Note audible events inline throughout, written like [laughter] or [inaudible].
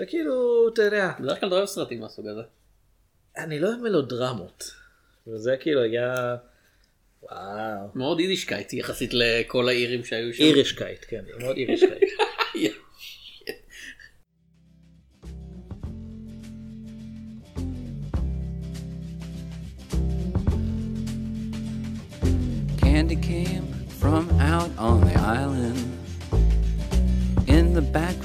וכאילו, אתה יודע, בדרך כלל לא אוהב סרטים מהסוג הזה. אני לא אוהב מלודרמות. וזה כאילו היה... וואו. מאוד יידישקייט יחסית לכל האירים שהיו שם. אירישקייט, כן, זה מאוד אירישקייט. Candy came from out on the island. In the back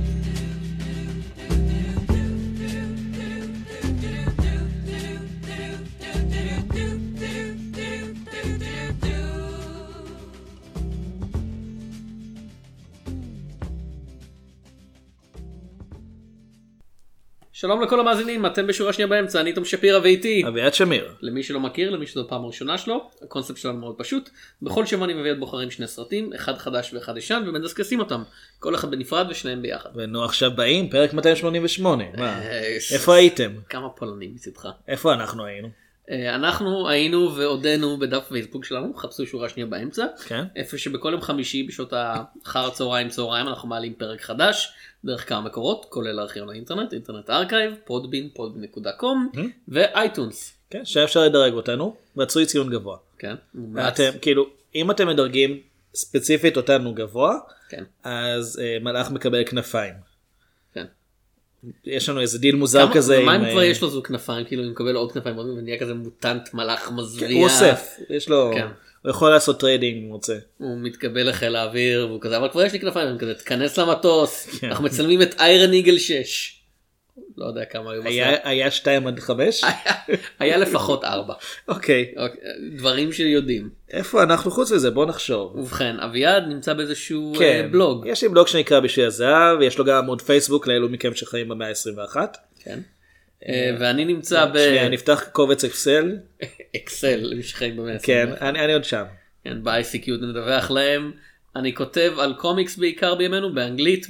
שלום לכל המאזינים, אתם בשורה שנייה באמצע, אני תום שפירא ואיתי. [laughs] אביעד שמיר. למי שלא מכיר, למי שזו פעם ראשונה שלו, הקונספט שלנו מאוד פשוט. בכל שבוע אני מביא את בוחרים שני סרטים, אחד חדש ואחד ישן, ומדסקסים אותם. כל אחד בנפרד ושניהם ביחד. ונו עכשיו באים, פרק 288. מה? אה, ש- איפה הייתם? כמה פולנים מצדך. איפה אנחנו היינו? אה, אנחנו היינו ועודנו בדף פייסבוק שלנו, חפשו שורה שנייה באמצע. כן. איפה שבכל יום חמישי בשעות האחר הצהריים צהריים אנחנו מעלים פרק חדש דרך כמה מקורות כולל ארכיון האינטרנט אינטרנט ארכייב פודבין פודבין.קום ואייטונס. כן, שהיה אפשר לדרג אותנו, ועצרו ציון גבוה. כן. אתם, כאילו, אם אתם מדרגים ספציפית אותנו גבוה, כן. אז אה, מלאך מקבל כנפיים. כן. יש לנו איזה דיל מוזר כזה. מה עם, אם כבר אה, יש לו זוג כנפיים כאילו אם מקבל עוד כנפיים עוד מעט ונהיה כזה מוטנט מלאך מזוויע. כן, הוא אוסף, יש לו, כן. הוא יכול לעשות טריידינג אם הוא רוצה. הוא מתקבל לחיל האוויר והוא כזה אבל כבר יש לי כנפיים הם כזה תכנס כן. למטוס אנחנו מצלמים את איירן איגל 6. לא יודע כמה היו בסרט. היה היה שתיים עד חמש? היה לפחות ארבע. אוקיי. אה, אוקיי, דברים שיודעים. איפה אנחנו חוץ מזה? בוא נחשוב. ובכן, אביעד נמצא באיזשהו כן, אה, בלוג. יש לי בלוג שנקרא בשביל הזהב, ויש לו גם עמוד פייסבוק לאלו מכם שחיים במאה ה-21. כן. אה, ואני נמצא שנייה, נפתח קובץ אקסל. באקסל, למי שחיים במאה כן, ה-21. אני אני עוד שם. כן, ב-ICQ נדווח להם. אני כותב על קומיקס בעיקר בימינו, באנגלית,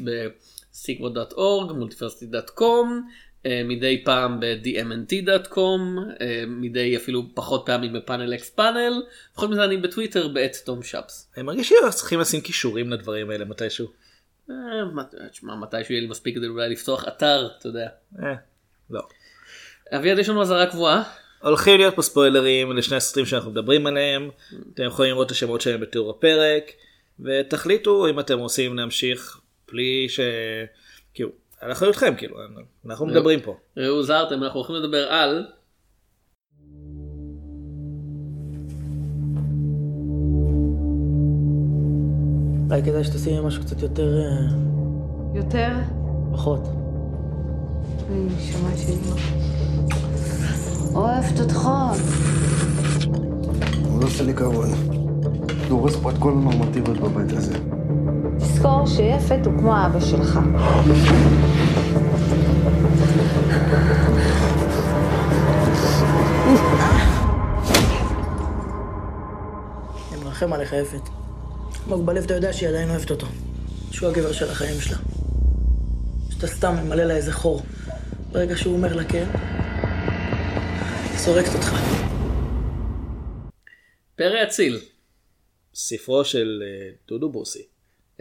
ב-sequel.org, multiversity.com, אה, מדי פעם ב-dmnt.com, אה, מדי אפילו פחות פעמים בפאנל אקס פאנל. בכל מזה אני בטוויטר בעת תום שפס. אני מרגיש שאנחנו צריכים לשים קישורים לדברים האלה מתישהו. אה, מה- תשמע, מתישהו יהיה לי מספיק כדי אולי לפתוח אתר, אתה יודע. אה, לא. אביעד, יש לנו אזהרה קבועה. הולכים להיות פה ספוילרים לשני הסרטים שאנחנו מדברים עליהם, אתם יכולים לראות את השמות שלהם בתיאור הפרק, ותחליטו אם אתם רוצים להמשיך בלי ש... כאילו, על אחריותכם, כאילו, אנחנו לא. מדברים פה. ראו זהרתם, אנחנו הולכים לדבר על... אולי כדאי שתשימי משהו קצת יותר... אה, יותר? פחות. אני שומעת שאני אוהבת אותך. הוא לא עושה לי כבוד. הוא הורס פה את כל הנורמטיביות בבית הזה. תזכור שיפת הוא כמו אבא שלך. אני מרחם עליך, יפת. עמוק בלב אתה יודע שהיא עדיין אוהבת אותו. שהוא הגבר של החיים שלה. שאתה סתם ממלא לה איזה חור. ברגע שהוא אומר לה כן, היא סורקת אותך. פרא אציל. ספרו של אה, דודו בוסי.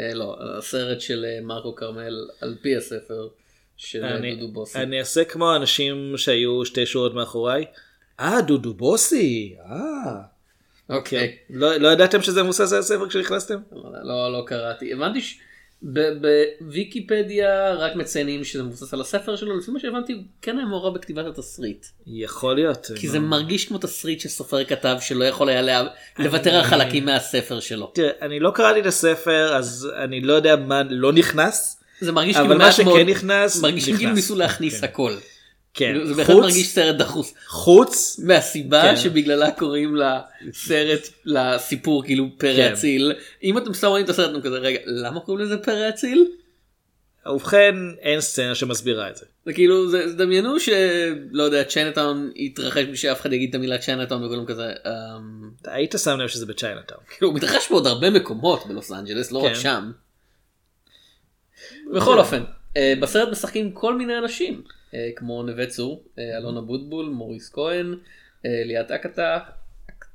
אה, לא, הסרט של אה, מרקו כרמל על פי הספר של אה, אני- דודו בוסי. אני אעשה כמו האנשים שהיו שתי שורות מאחוריי. אה, דודו בוסי, אה. אוקיי. לא לא ידעתם שזה מבוסס על הספר כשנכנסתם? לא, לא קראתי. הבנתי ש... ב- בוויקיפדיה רק מציינים שזה מבוסס על הספר שלו, לפי מה שהבנתי הוא כן היה מעורב בכתיבת התסריט. יכול להיות. אה, כי זה מרגיש כמו תסריט שסופר כתב שלא יכול היה לה- לוותר על חלקים מהספר שלו. תראה, אני לא קראתי את הספר, אז אני לא יודע מה לא נכנס. זה מרגיש אבל כאילו מה מעט שכן מאוד- נכנס, מרגיש כאילו נכנס. ניסו להכניס כן. הכל. כן, זה בהחלט חוץ, מרגיש סרט דחוס. חוץ, מהסיבה כן. שבגללה קוראים לסרט, לסיפור כאילו פרא כן. אציל. אם אתם סתם רואים את הסרט אתם כזה רגע למה קוראים לזה פרא אציל? ובכן, אין סצנה שמסבירה את זה. זה כאילו זה זה דמיינו שלא יודע צ'יינטאון יתרחש בלי שאף אחד יגיד את המילה צ'יינטאון וכולם כזה אמ, אתה היית שם לב שזה בצ'יינאטאון. כאילו הוא מתרחש בעוד הרבה מקומות בלוס אנג'לס לא רק כן. שם. בכל אופן אה, בסרט משחקים כל מיני אנשים אה, כמו נווה צור אה, אלון אבוטבול מוריס כהן אה, ליאת אקטה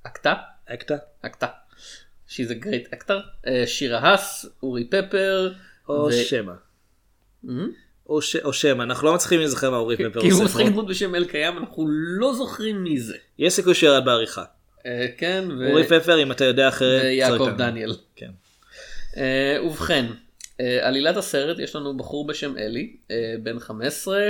אקטה הקטע? אקטה. She's a great actor אה, שירה האס אורי פפר. או ו- שמא. מ? או ש- או שמא, אנחנו לא מצליחים להיזכר מה אורי פפר כי כאילו, הוא עושה משחק פה. דמות בשם אל קיים אנחנו לא זוכרים מי זה. יש סיכוי שירד בעריכה. אה, כן. ו- אורי פפר, אם אתה יודע אחרת, ויעקב צועק לנו. דניאל. כן. אה, ובכן, אה, עלילת הסרט יש לנו בחור בשם אלי, אה, בן 15,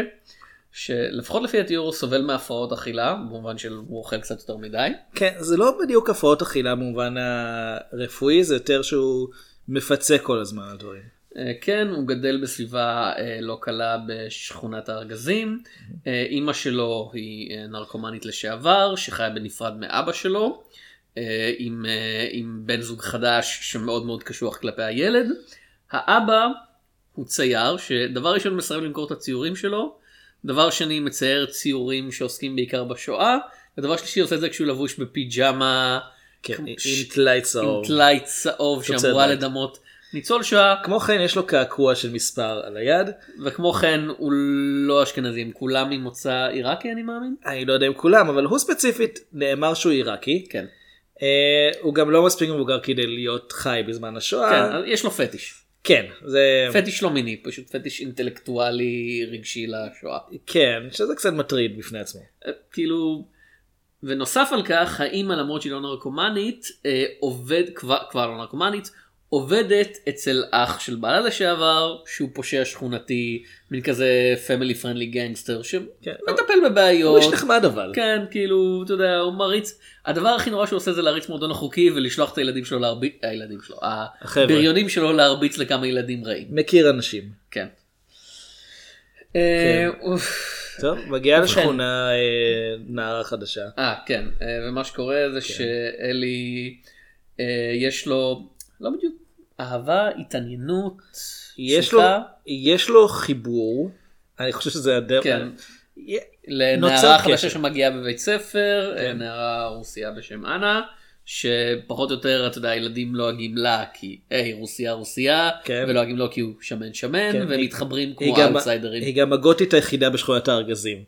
שלפחות לפי התיאור הוא סובל מהפרעות אכילה, במובן של הוא אוכל קצת יותר מדי. כן, זה לא בדיוק הפרעות אכילה במובן הרפואי, זה יותר שהוא מפצה כל הזמן על דברים. אה, כן, הוא גדל בסביבה אה, לא קלה בשכונת הארגזים. Mm-hmm. אה, אימא שלו היא אה, נרקומנית לשעבר, שחיה בנפרד מאבא שלו, אה, עם, אה, עם בן זוג חדש שמאוד מאוד קשוח כלפי הילד. האבא הוא צייר, שדבר ראשון מסרב למכור את הציורים שלו, דבר שני מצייר ציורים שעוסקים בעיקר בשואה, ודבר שלישי עושה את זה כשהוא לבוש בפיג'מה כן, כמו- עם טלאי עם צהוב. טלאי צהוב תוצרת שאמורה בית. לדמות ניצול שואה. כמו כן, יש לו קעקוע של מספר על היד. וכמו כן הוא לא אשכנזי, הם כולם ממוצא עיראקי אני מאמין? אני לא יודע אם כולם, אבל הוא ספציפית נאמר שהוא עיראקי. כן. אה, הוא גם לא מספיק מבוגר כדי להיות חי בזמן כן, השואה. אז יש לו פטיש. אה. כן, זה... פטיש לא מיני, פשוט פטיש אינטלקטואלי רגשי לשואה. כן, שזה קצת מטריד בפני עצמו. אה, כאילו, ונוסף על כך, האימא למרות שהיא לא נרקומנית, אה, עובד, כבר, כבר לא נרקומנית, עובדת אצל אח של בעלה לשעבר, שהוא פושע שכונתי, מין כזה פמילי פרנדלי גנגסטר, כן, שמטפל הוא בבעיות. איש נחמד אבל. כן, כאילו, אתה יודע, הוא מריץ, הדבר הכי נורא שהוא עושה זה להריץ מועדון החוקי ולשלוח את הילדים שלו להרביץ, הילדים שלו, החבר'ה. הבריונים שלו להרביץ לכמה ילדים רעים. מכיר אנשים. כן. אה, כן. אוף. טוב, מגיעה ובכן. לשכונה אה, נערה חדשה. אה, כן, אה, ומה שקורה זה כן. שאלי, אה, יש לו, לא בדיוק, אהבה, התעניינות, יש לו, שיחה, יש לו חיבור, אני חושב שזה הדרך. כן. י- נוצר לנערה קשר. כן. חדשה שמגיעה בבית ספר, אה, נערה רוסייה בשם אנה, שפחות או יותר, אתה יודע, הילדים לועגים לה כי, היי, רוסיה רוסיה, כן. ולועגים לו כי הוא שמן שמן, כן, והם היא- מתחברים היא כמו גם- אאוטסיידרים. היא גם הגותית היחידה בשכונת הארגזים.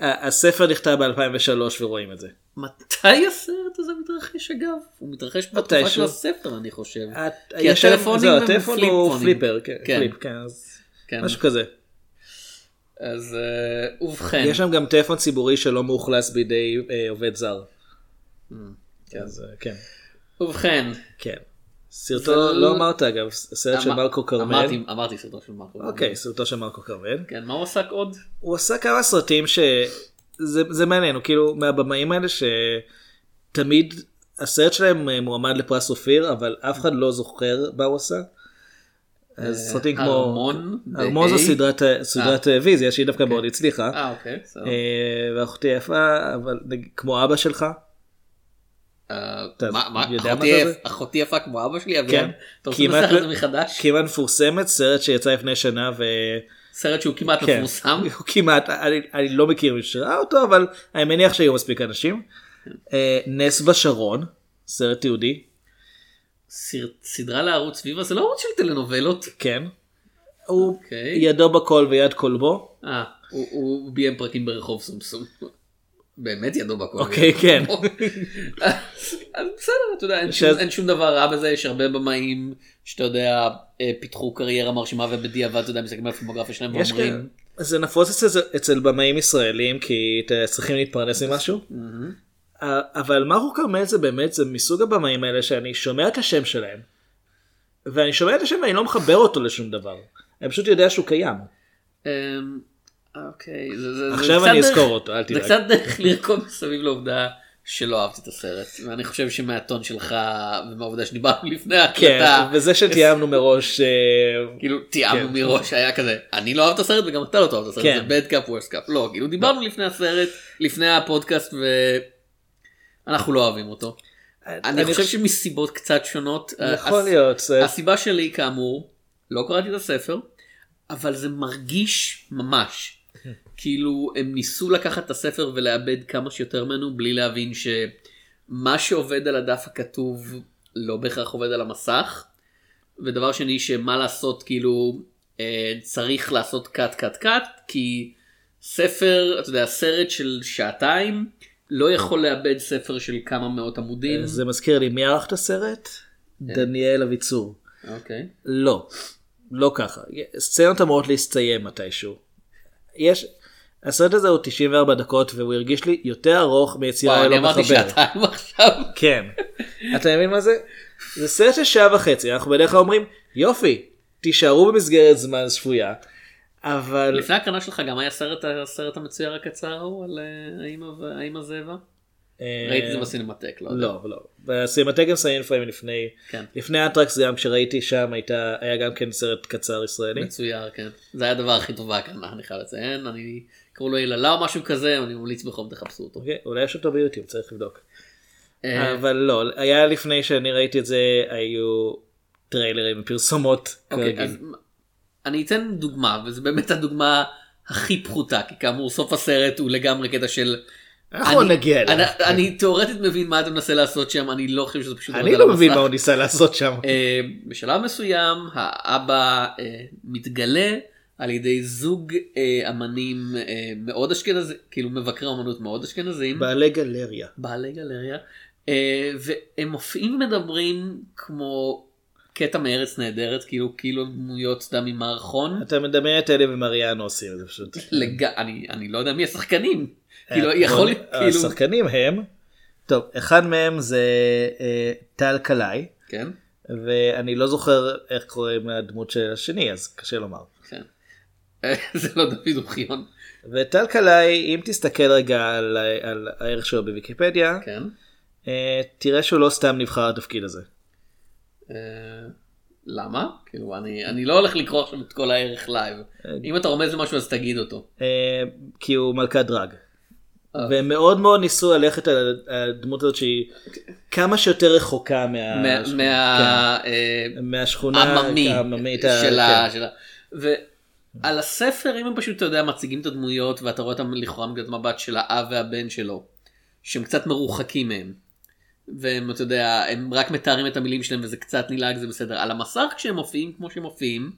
ה- הספר נכתב ב-2003 ורואים את זה. מתי הסרט הזה מתרחש אגב? הוא מתרחש בתקופה של מתישהו. הספר, אני חושב. ה- כי יש- הטלפונים זהו, הם הטלפון הוא פליפונים. פליפר, כן, כן. פליפ, כן, אז כן, משהו כזה. אז אה, ובכן, יש שם גם טלפון ציבורי שלא מאוכלס בידי אה, עובד זר. Mm. כן. אז אה, כן, ובכן, כן. זה- סרטו, לא אמרת אגב, סרט של אמ- מרקו כרמל. אמרתי- אמרתי סרטו של מרקו. אוקיי, סרטו של מרקו כרמל. כן, מה הוא עסק עוד? הוא עשה כמה סרטים שזה זה מעניין, הוא כאילו מהבמאים האלה שתמיד הסרט שלהם אה, מועמד לפרס אופיר, אבל אף אחד לא זוכר מה הוא עשה. אז סרטים כמו... אה, אה, ארמון, ארמון זו ב-A. סדרת, סדרת טלוויזיה שהיא דווקא מאוד הצליחה. אה, אוקיי, בסדר. אה, ואחותי יפה, אבל נגיד, כמו אבא שלך, אה, אתה מה- מה- יודע מה אחותי זה? יפ- אחותי יפה כמו אבא שלי, כן. אביאן. אתה רוצה כמעט לנסח את לא- זה מחדש? כמעט מפורסמת, סרט שיצא לפני שנה והוא סרט שהוא כמעט כן. מפורסם. כמעט, אני, אני לא מכיר מי שראה אותו, אבל אני מניח שהיו מספיק אנשים. אה, נס בשרון, סרט יהודי, סר- סדרה לערוץ סביבה זה לא ערוץ של טלנובלות. כן. הוא אוקיי. ידו בכל ויד כלבו. אה, הוא- הוא ביים פרקים ברחוב סומסום. באמת ידו בכל. אוקיי, כן. אז [laughs] אז בסדר, אתה יודע, אין שום- שאז- אין שום דבר רע בזה, יש הרבה במאים שאתה יודע, אה, פיתחו קריירה מרשימה ובדיעבד, אתה יודע, מסתכלים על הפילמוגרפיה שלהם יש כאלה. ואומרים, זה נפוץ אצל, אצל במאים ישראלים כי אתה- צריכים להתפרנס ממשהו. א- אבל מרקו כרמל זה באמת זה מסוג הבמאים האלה שאני שומע את השם שלהם. ואני שומע את השם ואני לא מחבר אותו לשום דבר. אני פשוט יודע שהוא קיים. אמ, אוקיי, זה- זה- זה עכשיו קצת אני דרך- אזכור אותו, אל זה תדאג. קצת דרך לרקוד מסביב לעובדה שלא אהבתי את הסרט, ואני חושב שמהטון שלך ומהעובדה שדיברנו לפני כן, ההקלטה, וזה שתיאמנו מראש, אה, כאילו תיאמנו כן. מראש היה כזה, אני לא אוהב את הסרט וגם אתה לא תאהב את הסרט, כן. זה bad cup worst cup, לא, כאילו דיברנו לפני הסרט, לפני הפודקאסט ואנחנו לא אוהבים אותו. אני חושב שמסיבות קצת שונות, אה, יכול הס- להיות, אה, זה- הסיבה שלי כאמור, לא קראתי את הספר, אבל זה מרגיש ממש. כאילו הם ניסו לקחת את הספר ולאבד כמה שיותר ממנו בלי להבין שמה שעובד על הדף הכתוב לא בהכרח עובד על המסך. ודבר שני שמה לעשות כאילו אה, צריך לעשות קאט קאט קאט כי ספר אתה יודע סרט של שעתיים לא יכול לאבד ספר של כמה מאות עמודים. אה, זה מזכיר לי, מי ערך את הסרט? כן. דניאל אביצור. אוקיי. לא, לא ככה. סצנות אמורות להסתיים מתישהו. יש, הסרט הזה הוא 94 דקות והוא הרגיש לי יותר ארוך מיצירה וואו, אני ללא אמרתי לא מחבר. שעתיים [laughs] עכשיו. [laughs] כן. אתה מבין מה זה? זה סרט של שעה וחצי, אנחנו בדרך כלל אומרים, יופי, תישארו במסגרת זמן שפויה, אבל לפני הקרנה שלך גם היה סרט הסרט המצויר הקצר ההוא על אה, האמא ו- האמא זאבה? אה, ראיתי את זה בסינמטק, לא יודע. לא, לא. בסינמטגן סיין פריים לפני, כן. לפני אנטרקס גם כשראיתי שם הייתה, היה גם כן סרט קצר ישראלי. מצויר, כן. זה היה הדבר הכי טוב בהקרנה, אני חייב לציין. אני קראו לו יללה או משהו כזה, אני ממליץ בחום תחפשו אותו. אוקיי, אולי יש אותו ביוטיוב, צריך לבדוק. אה, אבל לא, היה לפני שאני ראיתי את זה, היו טריילרים ופרסומות. אוקיי, כרגיל. אז אני אתן דוגמה, וזו באמת הדוגמה הכי פחותה, כי כאמור סוף הסרט הוא לגמרי קטע של... אנחנו אני- נגיע אליו. אני- אני תאורטית מבין מה אתה מנסה לעשות שם, אני לא חושב שזה פשוט... אני עובד על לא מבין המסך. מה הוא ניסה לעשות שם. אה, בשלב מסוים האבא אה, מתגלה על ידי זוג אה, אמנים אה, מאוד אשכנזים, כאילו מבקרי אומנות מאוד אשכנזים, בעלי גלריה. בעלי גלריה, אה, והם מופיעים ומדברים כמו קטע מארץ נהדרת, כאילו כאילו דמויות סתם ממערכון. אתה מדמיין את אלה ומריאנו עושים את זה פשוט. [laughs] לג... אני, אני לא יודע מי השחקנים, אה, כאילו יכול, להיות, כאילו, השחקנים הם, טוב, אחד מהם זה אה, טל קלעי, כן, ואני לא זוכר איך קוראים לדמות של השני, אז קשה לומר. כן, [laughs] אה, זה לא דוד אוחיון, וטל קלעי, אם תסתכל רגע על, על הערך שלו בוויקיפדיה, כן, אה, תראה שהוא לא סתם נבחר לתפקיד הזה. אה, למה? כאילו אני, אני לא הולך לקרוא עכשיו את כל הערך לייב. אם אתה רומז למשהו אז תגיד אותו. אה, כי הוא מלכת דרג. אה. והם מאוד מאוד ניסו ללכת על הדמות הזאת שהיא כמה שיותר רחוקה מה- מה- מה... אה, אה, כן, מהשכונה העממי העממית ה- של ה... כן. של ה- ועל הספר אם הם פשוט אתה יודע מציגים את הדמויות ואתה רואה אותם לכאורה מנקודת מבט של האב והבן שלו שהם קצת מרוחקים מהם. והם אתה יודע הם רק מתארים את המילים שלהם וזה קצת נלעג זה בסדר על המסך כשהם מופיעים כמו שהם מופיעים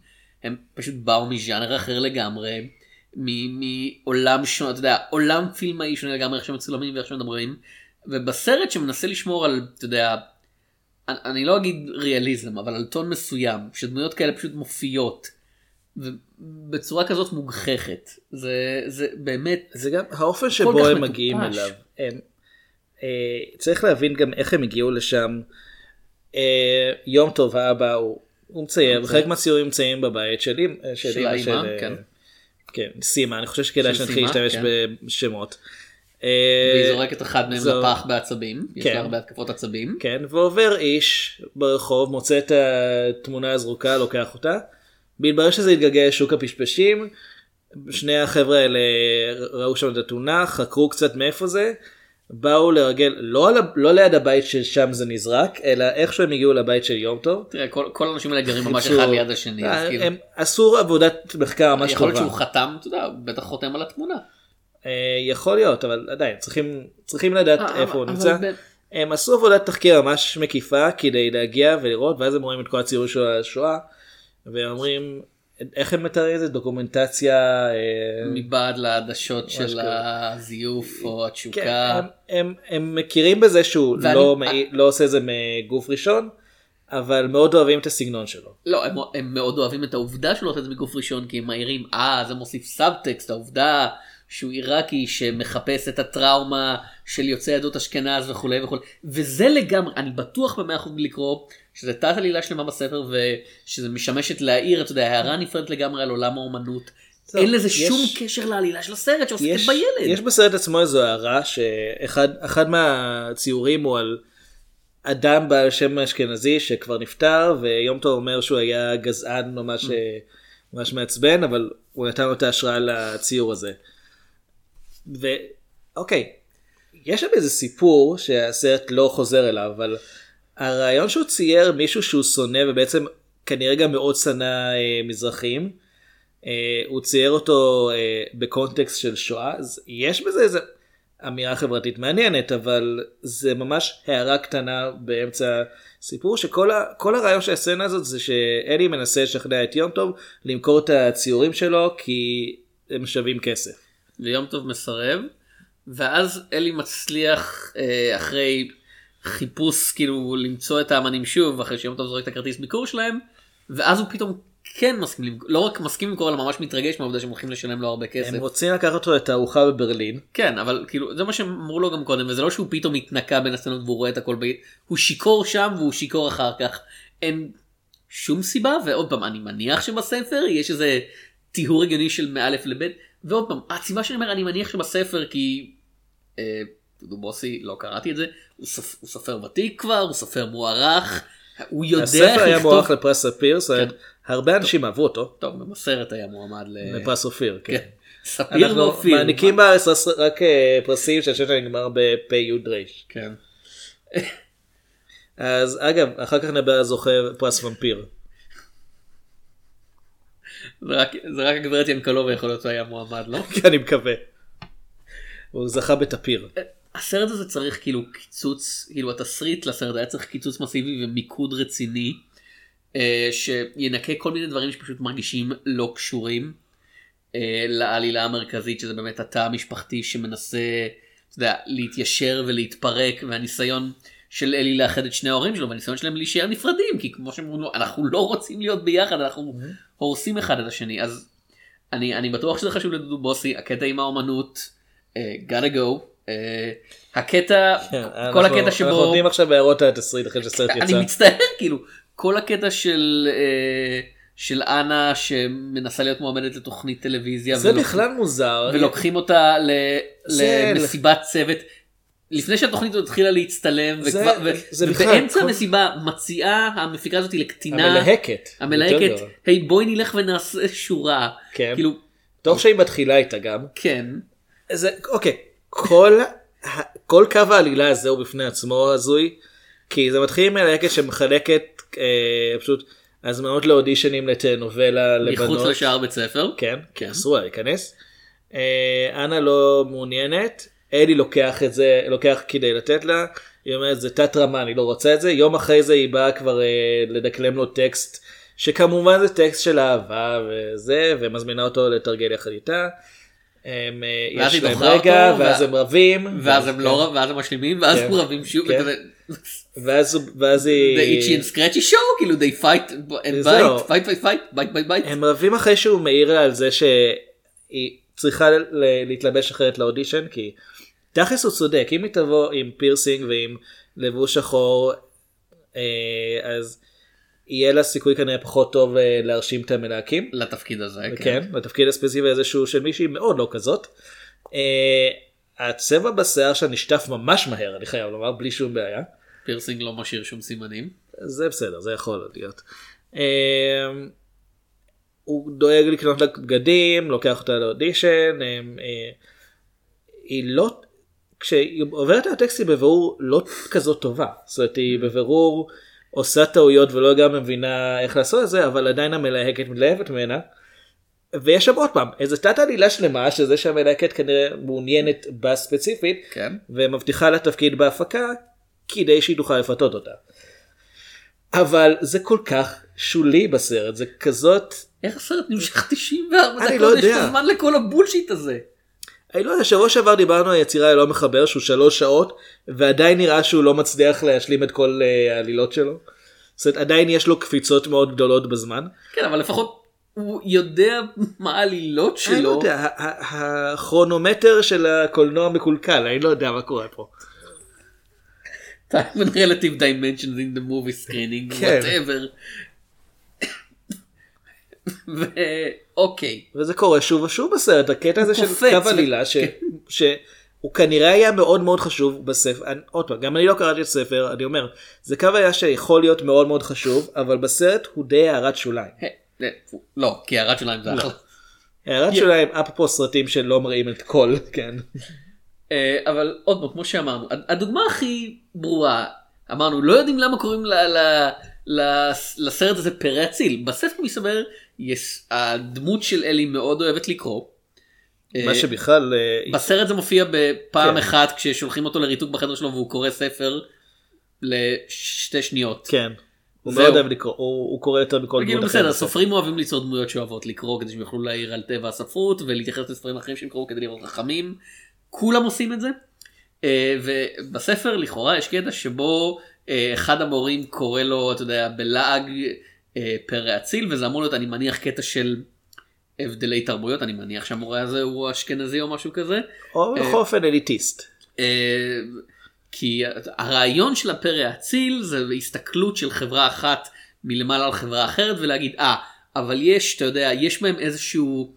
הם פשוט באו מז'אנר אחר לגמרי. מ- מעולם שונה אתה יודע עולם פילמאי שונה לגמרי איך שהם מצולמים ואיך שהם מדברים ובסרט שמנסה לשמור על אתה יודע אני, אני לא אגיד ריאליזם, אבל על טון מסוים, שדמויות כאלה פשוט מופיעות, ובצורה כזאת מוגחכת. זה, זה באמת, זה גם כן, האופן שבו כך הם מטופש. מגיעים אליו. הם, אה, צריך להבין גם איך הם הגיעו לשם. אה, יום טוב האבא הוא, הוא מצייר, וחלק מהציורים נמצאים בבית של אמא אוקיי. של של... האמא, אה, כן. כן, סימה, אני חושב שכדאי של שנתחיל סימה, להשתמש כן. בשמות. אה, והיא זורקת אחד מהם זו- לפח בעצבים, יש כן. לה הרבה התקפות עצבים. כן, ועובר איש ברחוב, מוצא את התמונה הזרוקה, לוקח אותה. מתברר שזה התגלגל לשוק הפשפשים. שני החבר'ה האלה ראו שם את התאונה, חקרו קצת מאיפה זה. באו לרגל, לא, על, ה- לא ליד הבית ששם זה נזרק, אלא איך שהם הגיעו לבית של יום טוב. תראה, כל, כל האנשים האלה גרים ממש חיפשו- אחד ליד השני, אז אה, כאילו, הם עשו עבודת מחקר ממש יכול טובה. להיות שהוא חתם, אתה יודע, הוא בטח חותם על התמונה. אה, יכול להיות, אבל עדיין, צריכים, צריכים לדעת אה, איפה הוא אבל- נמצא. אבל ב- הם עשו עבודת תחקיר ממש מקיפה כדי להגיע ולראות ואז הם רואים את כל הציור של השואה והם אומרים איך הם מתארים את זה דוקומנטציה אה, מבעד לעדשות של קורה. הזיוף או כן, התשוקה. הם, הם, הם מכירים בזה שהוא ואני- לא, מעי- לא עושה את זה מגוף ראשון אבל מאוד אוהבים את הסגנון שלו. לא, הם, הם מאוד אוהבים את העובדה שהוא לא עושה את זה מגוף ראשון, כי הם מעירים, אה, זה מוסיף סאבטקסט, העובדה שהוא עיראקי שמחפש את הטראומה של יוצאי עדות אשכנז וכולי וכולי, וזה לגמרי, אני בטוח במאה אחוז לקרוא, שזה תת עלילה שלמה בספר, ושזה משמשת להעיר, אתה יודע, הערה נפרדת לגמרי על עולם האומנות. טוב, אין לזה יש- שום קשר לעלילה של הסרט שעוסקת יש, בילד. יש בסרט עצמו איזו הערה שאחד אחד מהציורים הוא על אדם בעל שם אשכנזי שכבר נפטר ויום טוב אומר שהוא היה גזען ממש, אה, ממש מעצבן אבל הוא נתן לו את ההשראה לציור הזה. ואוקיי, יש שם איזה סיפור שהסרט לא חוזר אליו אבל הרעיון שהוא צייר מישהו שהוא שונא ובעצם כנראה גם מאוד שנא אה, מזרחים. אה, הוא צייר אותו אה, בקונטקסט של שואה, אז יש בזה איזה אמירה חברתית מעניינת, אבל זה ממש הערה קטנה באמצע הסיפור, שכל ה, כל הרעיון של הסצנה הזאת זה שאלי מנסה לשכנע את יום טוב למכור את הציורים שלו כי הם שווים כסף. ויום טוב מסרב, ואז אלי מצליח אה, אחרי חיפוש כאילו למצוא את האמנים שוב, אחרי שיום טוב זורק את הכרטיס ביקור שלהם, ואז הוא פתאום כן מסכים, למכור- לא רק מסכים למכור, אלא ממש מתרגש מהעובדה שהם הולכים לשלם לו הרבה כסף. הם רוצים לקחת אותו לתערוכה בברלין, כן, אבל כאילו זה מה שהם אמרו לו גם קודם, וזה לא שהוא פתאום התנקה בין הסצנות והוא רואה את הכל בעית, הוא שיכור שם והוא שיכור אחר כך. אין שום סיבה, ועוד פעם, אני מניח שבספר יש איזה טיהור הגיוני של מאלף לבית, ועוד פעם, הסיבה שאני אומר, אני מניח שבספר כי... אה, דודו בוסי, לא קראתי את זה, הוא, סופ... הוא סופר ותיק כבר, הוא סופר מוערך, הוא יודע איך לכתוב... הספר היה מוערך לפרס ספיר, זאת אומרת, כן. הרבה אנשים אהבו אותו, טוב, במסרת היה מועמד ל... לפרס אופיר, כן. כן. ספיר אנחנו ואופיר. מעניקים בארץ רס- רק אה, פרסים שהשם שלהם נגמר בפ"י רייש. כן. [laughs] אז אגב, אחר כך נדבר על זוכה פרס ומפיר. [laughs] זה רק, זה רק הגברת ינקלובה יכול להיות היה מועמד, לא? כי אני מקווה. הוא זכה בתפיר. הסרט הזה צריך כאילו קיצוץ, כאילו התסריט לסרט היה צריך קיצוץ מסיבי ומיקוד רציני, אה, שינקה כל מיני דברים שפשוט מרגישים לא קשורים אה, לעלילה המרכזית, שזה באמת התא המשפחתי שמנסה, אתה יודע, להתיישר ולהתפרק, והניסיון של אלי לאחד את שני ההורים שלו, והניסיון שלהם להישאר נפרדים, כי כמו שהם אמרו, אנחנו לא רוצים להיות ביחד, אנחנו הורסים אחד את השני, אז אני, אני בטוח שזה חשוב לדודו בוסי, הקטע עם האומנות, אה, gotta go, אה, הקטע, כן, כל כן, אנחנו- הקטע שבו, אנחנו נותנים עכשיו הערות על התסריט אחרי שהסרט יצא. אני מצטער, כאילו, כל הקטע של, אה, של אנה שמנסה להיות מועמדת לתוכנית טלוויזיה, זה ולוק- בכלל מוזר. ולוקחים אותה ל, זה- למסיבת צוות. לפני שהתוכנית הזאת התחילה להצטלם, זה- וכבר- ו- זה בכלל- ובאמצע כל- המסיבה מציעה המפיקה הזאת לקטינה, המלהקת. יותר המלהקת, גרוע. היי בואי נלך ונעשה שורה, כן. כאילו, טוב שהיא מתחילה איתה גם. כן, זה, אוקיי, כל, ה- כל קו העלילה הזה הוא בפני עצמו הזוי, כי זה מתחיל מלהקת שמחלקת אה, פשוט הזמנות לאודישנים לטלנובלה לבנות. מחוץ לשער בית ספר, כן, כן. כי אסור לה להיכנס. אה, אנה לא מעוניינת, אלי לוקח את זה, לוקח כדי לתת לה, היא אומרת זה תת רמה, אני לא רוצה את זה, יום אחרי זה היא באה כבר אה, לדקלם לו טקסט, שכמובן זה טקסט של אהבה וזה, ומזמינה אותו לתרגל יחד איתה. הם, אה, ואז יש היא להם דוחה רגע, אותו, ואז כן. ו- הם רבים. ואז הם לא, רב- ואז הם משלימים, ואז כן. הם רבים שוב, כן. וכזה, ואז הוא- ואז The itchy היא... and scratchy show, כאילו they fight and זהו. bite, fight, fight, fight, bite, bite, bite. לא. הם רבים אחרי שהוא מעיר לה על זה שהיא צריכה ל- ל- להתלבש אחרת לאודישן כי תכלס הוא צודק אם היא תבוא עם פירסינג ועם לבוש שחור אה, אז יהיה לה סיכוי כנראה פחות טוב אה, להרשים את המלהקים. לתפקיד הזה, כן. כן, בתפקיד הספציפי הזה שהוא של מישהי מאוד לא כזאת. אה, הצבע בשיער שלה נשטף ממש מהר אני חייב לומר בלי שום בעיה. פירסינג לא משאיר שום סימנים. זה בסדר, זה יכול להיות. אמ, הוא דואג לקנות לה בגדים, לוקח אותה לאודישן, אמ, אה, היא לא, כשהיא עוברת על הטקסט היא בבירור לא כזאת טובה, זאת אומרת היא בבירור עושה טעויות ולא גם מבינה איך לעשות את זה, אבל עדיין המלהקת מתלהבת ממנה. ויש שם עוד פעם, איזה תת עלילה שלמה, שזה שהמלהקת כנראה מעוניינת בה ספציפית, כן. ומבטיחה לה תפקיד בהפקה כדי שהיא תוכל לפתות אותה. אבל זה כל כך שולי בסרט, זה כזאת, איך הסרט נמשך 94 דקות? אני לא יש יודע. לך זמן לכל הבולשיט הזה. אני לא יודע, שבוע שעבר דיברנו על יצירה ללא מחבר שהוא שלוש שעות, ועדיין נראה שהוא לא מצליח להשלים את כל אה, העלילות שלו. זאת אומרת, עדיין יש לו קפיצות מאוד גדולות בזמן. כן, אבל לפחות הוא יודע מה העלילות שלו. אני לא יודע, ה- ה- הכרונומטר של הקולנוע מקולקל, אני לא יודע מה קורה פה. Time and relative dimensions in the movie screening, כן. whatever. ואוקיי, וזה קורה שוב ושוב בסרט, הקטע הזה של קופץ. קו עלילה, ש... שהוא כנראה היה מאוד מאוד חשוב בספר, אני- עוד פעם, גם אני לא קראתי את הספר, אני אומר, זה קו עלילה שיכול להיות מאוד מאוד חשוב, אבל בסרט הוא די הערת שוליים. אה, לא, כי הערת שוליים זה אחלה. הערת שוליים, אפרופו סרטים שלא מראים את כל, כן. אה, אבל עוד פעם, כמו שאמרנו, הד- הדוגמה הכי ברורה, אמרנו, לא יודעים למה קוראים ל- ל- לס- לסרט הזה פרא אציל. בספר מסתבר, יש, הדמות של אלי מאוד אוהבת לקרוא. מה אה, שבכלל אה, בסרט זה מופיע בפעם כן. אחת כששולחים אותו לריתוק בחדר שלו והוא קורא ספר לשתי שניות. כן. הוא זהו. מאוד אוהב לקרוא, הוא הוא קורא יותר מכל כאילו דמות בסדר, אחרת. סופרים אוהבים ליצור דמויות שאוהבות לקרוא כדי שהם יוכלו להעיר על טבע הספרות ולהתייחס לספרים אחרים שהם קראו כדי לראות חכמים. כולם עושים את זה. אה, ובספר לכאורה יש קטע שבו אה, אחד המורים קורא לו, אתה יודע, בלעג אה, פרא אציל, וזה אמור להיות, אני מניח, קטע של הבדלי תרבויות, אני מניח שהמורה הזה הוא אשכנזי או משהו כזה. או בכל אופן אליטיסט. אה, כי הרעיון של הפרא האציל זה הסתכלות של חברה אחת מלמעלה על חברה אחרת ולהגיד אה אבל יש אתה יודע יש בהם איזשהו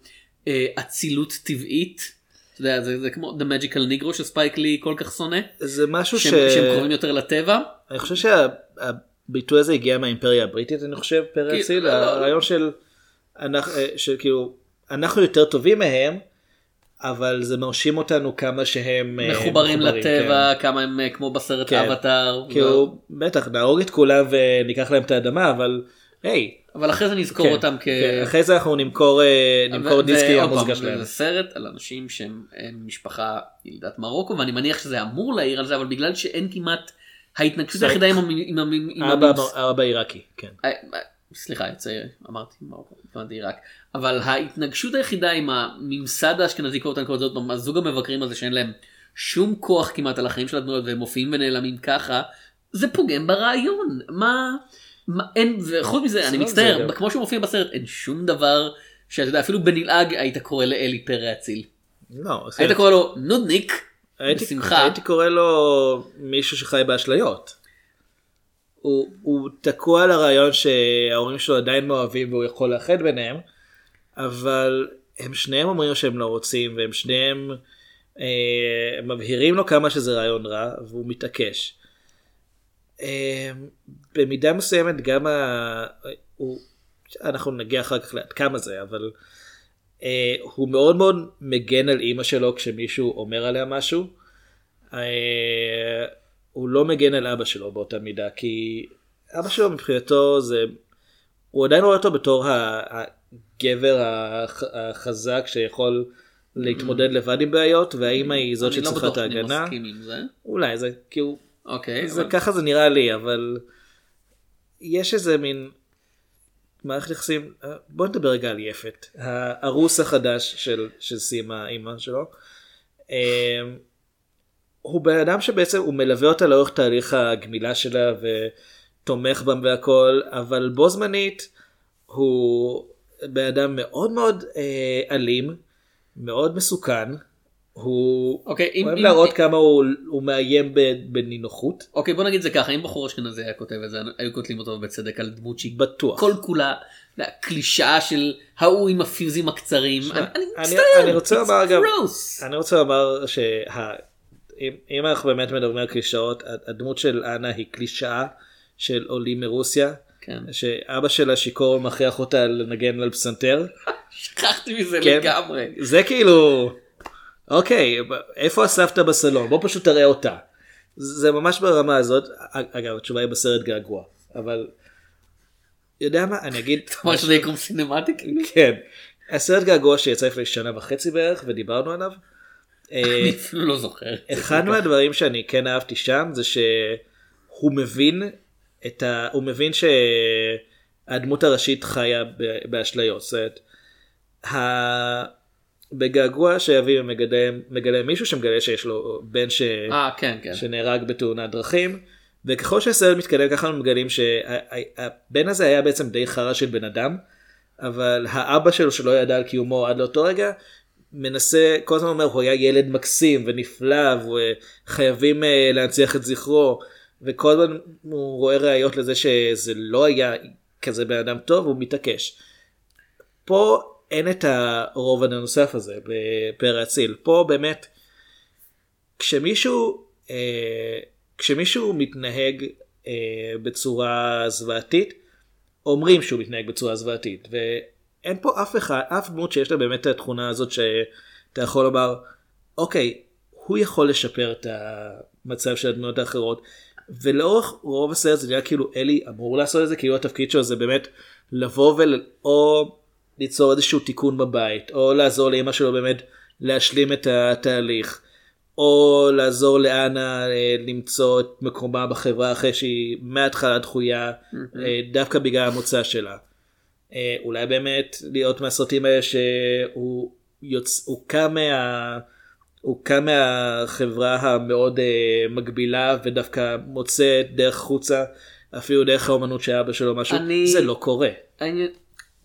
אה, אצילות טבעית. אתה יודע, זה, זה כמו The Magical Negro שספייק לי כל כך שונא זה משהו ש... אה, שהם, שהם קרובים יותר לטבע. אני חושב שהביטוי הזה הגיע מהאימפריה הבריטית אני חושב כי- פר אציל לא, לא. הרעיון של אנחנו אה, של כאילו אנחנו יותר טובים מהם אבל זה מרשים אותנו כמה שהם אה, מחוברים כן. לטבע לא. כמה הם אה, כמו בסרט כן. אבטאר ו- כאילו בטח נהרוג את כולם וניקח להם את האדמה אבל היי אבל אחרי זה נזכור כן, אותם כ... כן, אחרי זה אנחנו נמכור אה, נמכור ו- דיסקים ועוד למוזיקה פעם, שלהם. זה סרט על אנשים שהם הם משפחה ילדת מרוקו ואני מניח שזה אמור להעיר על זה אבל בגלל שאין כמעט ההתנגשות סרט. היחידה עם המ- עם המ- עם אבא הממס- אבא עיראקי כן. אה, אה, סליחה יוצא אמרתי מרוקו הבנתי עיראק אבל ההתנגשות היחידה עם הממסד האשכנזי קורט אנקורט זאת אומרת, הזוג המבקרים הזה שאין להם שום כוח כמעט על החיים של הדמויות והם מופיעים ונעלמים ככה זה פוגם ברעיון מה, מה אין וחוץ מזה אני לא מצטער בסדר. כמו שהוא מופיע בסרט אין שום דבר שאתה יודע אפילו בנלעג היית קורא לאלי פרא אציל לא, היית סרט- קורא לו נודניק הייתי- בשמחה. הייתי קורא לו מישהו שחי באשליות. הוא, הוא תקוע על הרעיון שההורים שלו עדיין מאוהבים והוא יכול לאחד ביניהם, אבל הם שניהם אומרים שהם לא רוצים והם שניהם אה, מבהירים לו כמה שזה רעיון רע והוא מתעקש. אה, במידה מסוימת גם ה... הוא... אנחנו נגיע אחר כך לעד כמה זה, אבל אה, הוא מאוד מאוד מגן על אימא שלו כשמישהו אומר עליה משהו. אה, הוא לא מגן על אבא שלו באותה מידה, כי אבא שלו מבחינתו זה... הוא עדיין רואה אותו בתור ה- הגבר הח- החזק שיכול להתמודד לבד עם בעיות, והאימא היא זאת Mm. אני לא שצריכה בטוח את שאני ההגנה. מסכים עם זה. אולי זה כאילו אוקיי זה אבל- ככה זה נראה לי אבל יש איזה מין מערכת יחסים אה, בוא נדבר רגע על יפת הרוס החדש של, של סימה אימא שלו. אה, הוא בן אדם שבעצם הוא מלווה אותה לאורך תהליך הגמילה שלה ותומך בה והכל אבל בו זמנית הוא בן אדם מאוד מאוד אה, אלים מאוד מסוכן. הוא אוקיי אם- הוא אוהב אם- להראות כמה הוא הוא מאיים ב- בנינוחות, אוקיי בוא נגיד זה ככה אם בחור אשכנזי היה כותב את זה היו כותבים אותו בצדק על דמות שהיא בטוח. כל כולה קלישאה של ההוא עם הפיוזים הקצרים שמע, אני אני אני- מצטער אני רוצה it's לומר גם- gross. אני רוצה לומר שה... אם- אם אנחנו באמת מדברים על קלישאות, הדמות של אנה היא קלישאה של עולים מרוסיה, כן. שאבא שלה שיכור מכריח אותה לנגן על פסנתר. שכחתי מזה כן. לגמרי זה כאילו, אוקיי, איפה הסבתא בסלון? בוא פשוט תראה אותה. זה ממש ברמה הזאת, אגב, התשובה היא בסרט געגוע, אבל... יודע מה, אני [laughs] אגיד... מה שזה יקום סינמטי כאילו. כן. הסרט געגוע שיצא לפני שנה וחצי בערך ודיברנו עליו. אה, אני אפילו לא זוכר אחד מהדברים שאני כן אהבתי שם זה שהוא מבין את ה... הוא מבין שהדמות הראשית חיה ב- באשליות. זאת אומרת, ה- בגעגוע שאביו מגלה, מגלה מישהו שמגלה שיש לו בן ש... אה כן כן שנהרג בתאונת דרכים. וככל שהסרט מתקדם ככה אנחנו מגלים שהבן הזה היה בעצם די חרא של בן אדם, אבל האבא שלו שלא ידע על קיומו עד לאותו רגע, מנסה, כל הזמן אומר, הוא היה ילד מקסים ונפלא, וחייבים אה, להנציח את זכרו, וכל הזמן הוא רואה ראיות לזה שזה לא היה כזה בן אדם טוב, הוא מתעקש. פה אין את הרובד הנוסף הזה בפרא אציל, פה באמת כשמישהו אה, כשמישהו מתנהג אה, בצורה זוועתית אומרים שהוא מתנהג בצורה זוועתית ואין פה אף אחד אף דמות שיש לה באמת את התכונה הזאת שאתה יכול לומר אוקיי הוא יכול לשפר את המצב של הדמויות האחרות ולאורך רוב הסרט זה נראה כאילו אלי אמור לעשות את זה, כאילו התפקיד שלו זה באמת לבוא ואו ליצור איזשהו תיקון בבית, או לעזור לאמא שלו באמת להשלים את התהליך, או לעזור לאנה אה, למצוא את מקומה בחברה אחרי שהיא מההתחלה דחויה, אה, דווקא בגלל המוצא שלה. אה, אולי באמת להיות מהסרטים האלה שהוא יוצ... הוא קם מה... הוא קם מהחברה המאוד אה, מגבילה ודווקא מוצא דרך חוצה אפילו דרך האומנות של אבא שלו משהו אני- זה לא קורה. אני...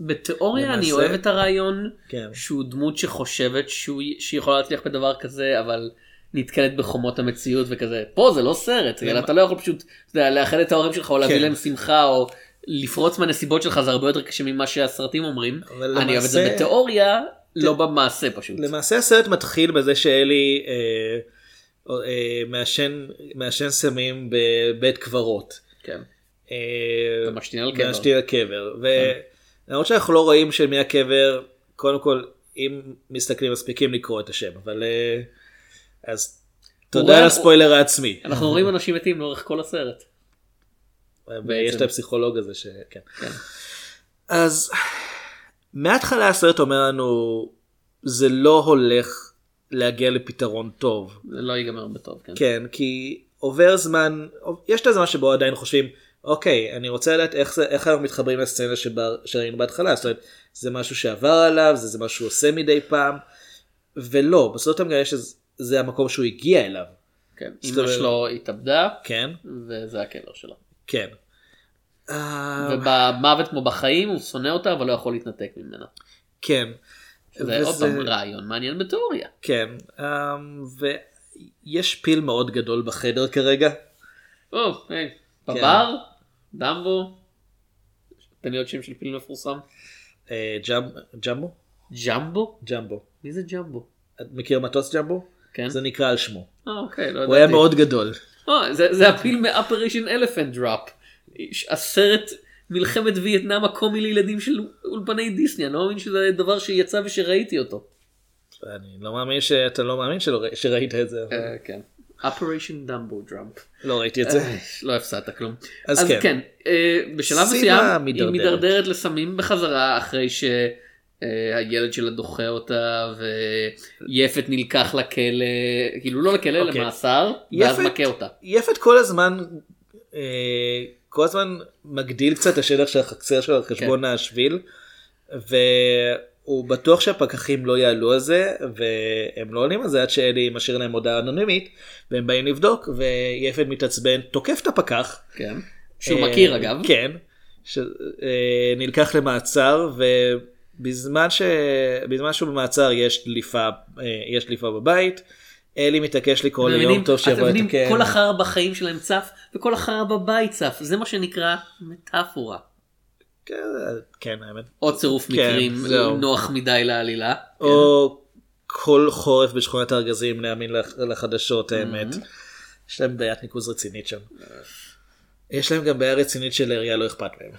בתיאוריה למעשה... אני למעשה- אוהב את הרעיון כן. שהוא דמות שחושבת שהוא... שהיא יכולה להצליח בדבר כזה אבל נתקלת בחומות המציאות וכזה פה זה לא סרט אלא אתה לא יכול פשוט אתה יודע, לאחד את ההורים שלך או להביא כן. להם שמחה או לפרוץ מהנסיבות שלך זה הרבה יותר קשה ממה שהסרטים אומרים אבל אני אוהב את זה למעשה- כן. בתיאוריה לא במעשה פשוט. למעשה הסרט מתחיל בזה שאלי אה, אה, מעשן, מעשן סמים בבית קברות. כן. אה, ומשתין על קבר. כן. מעשתין על קבר. ולמרות שאנחנו לא רואים של מי הקבר, קודם כל אם מסתכלים מספיקים לקרוא את השם, אבל אה, אז תודה רואה- כן, על הספוילר העצמי. אנחנו רואים אנשים מתים לאורך כל הסרט. ויש את הפסיכולוג הזה שכן. כן. אז מההתחלה הסרט אומר לנו זה לא הולך להגיע לפתרון טוב. זה לא ייגמר בטוב. כן. כן, כי עובר זמן, יש את הזמן שבו עדיין חושבים, אוקיי, אני רוצה לדעת איך, זה, איך אנחנו מתחברים לסצנה שבה- שראינו בהתחלה, זאת אומרת, זה משהו שעבר עליו, זה, זה משהו שהוא עושה מדי פעם, ולא, בסוף אתה מגלה שזה המקום שהוא הגיע אליו, כן. זאת אמא אומרת- שלו התאבדה כן? וזה הקבר שלה. כן. אה, ובמוות כמו בחיים הוא שונא אותה אבל לא יכול להתנתק ממנה. כן. זה עוד פעם רעיון מעניין בתיאוריה. כן, אה, ויש פיל מאוד גדול בחדר כרגע. או, היי, אה, כן. בבר, דמבו, תן לי עוד שם של פיל מפורסם. אה, ג'אמ- ג'מבו? ג'מבו? ג'מבו. מי זה ג'מבו? את מכיר מטוס ג'מבו? כן. זה נקרא על שמו. אה, אוקיי, לא הוא היה ידעתי. מאוד גדול. אה, זה זה הפיל מאפריישן אלפנט דראפ. הסרט מלחמת וייטנאם הקומי לילדים של אולפני דיסני, אני לא מאמין שזה דבר שיצא ושראיתי אותו. אני לא מאמין שאתה לא מאמין שלא, ראי- שראית את זה. אבל אה, כן. אפריישן דמבו דראמפ. לא ראיתי את זה. לא הפסדת כלום. אז אז כן. כן, אה, בשלב סימה מסוים היא מידרדרת. מידרדרת לסמים בחזרה אחרי שהילד שלה דוחה אותה ויפת נלקח לכלא, כאילו לא לכלא, אוקיי. למאסר, ואז יפת- מכה אותה. יפת כל הזמן, אה, כל הזמן מגדיל קצת את השטח של החצר שלו על חשבון השביל, והוא בטוח שהפקחים לא יעלו על זה, והם לא עולים על זה עד שאלי משאיר להם הודעה אנונימית, והם באים לבדוק, ויפת מתעצבן, תוקף את הפקח. כן. שהוא אה, מכיר אגב. כן. שנלקח למעצר ובזמן ש... בזמן שהוא במעצר יש דליפה אה, יש דליפה בבית. אלי מתעקש לקרוא אתם לי מבינים? יום טוב אתם שיבוא מבינים? לתקן. כל החרא בחיים שלהם צף וכל החרא בבית צף, זה מה שנקרא מטאפורה. כן, כן האמת. או צירוף כן, מקרים זהו. נוח מדי לעלילה. או כל חורף בשכונת הארגזים להאמין לח- לחדשות האמת. יש להם בעיית ניקוז רצינית שם. יש להם גם בעיה רצינית שלעירייה לא אכפת מהם.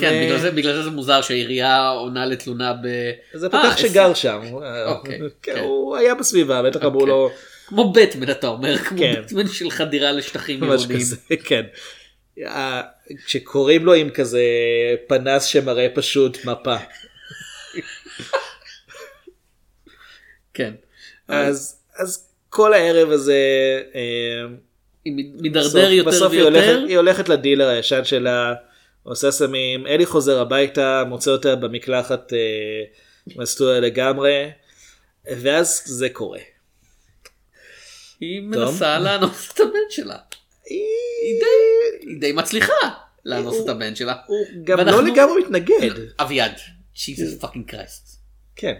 כן, בגלל זה- בגלל זה זה מוזר שהעירייה עונה לתלונה ב... זה "אה, פקח שגר שם, אוקיי, כן, כן. הוא היה בסביבה, בטח לא- אמרו אוקיי. לו כמו בטמן אתה אומר, כמו כן. בטמן של חדירה לשטחים משהו עירוניים. כזה, [laughs] כן. אה, כשקוראים לו עם כזה פנס שמראה פשוט מפה. כן. אז, אז כל הערב הזה, אה, היא מידרדר יותר בסוף היא ויותר. הולכת, היא הולכת לדילר הישן שלה, עושה סמים, אלי חוזר הביתה, מוצא אותה במקלחת אה, מסטולה לגמרי, ואז זה קורה. היא [laughs] מנסה לאנוס את הבן שלה. היא די- היא די מצליחה לאנוס את הבן שלה. הוא גם ואנחנו- לא לגמרי מתנגד. אביעד, Jesus fucking Christ. כן.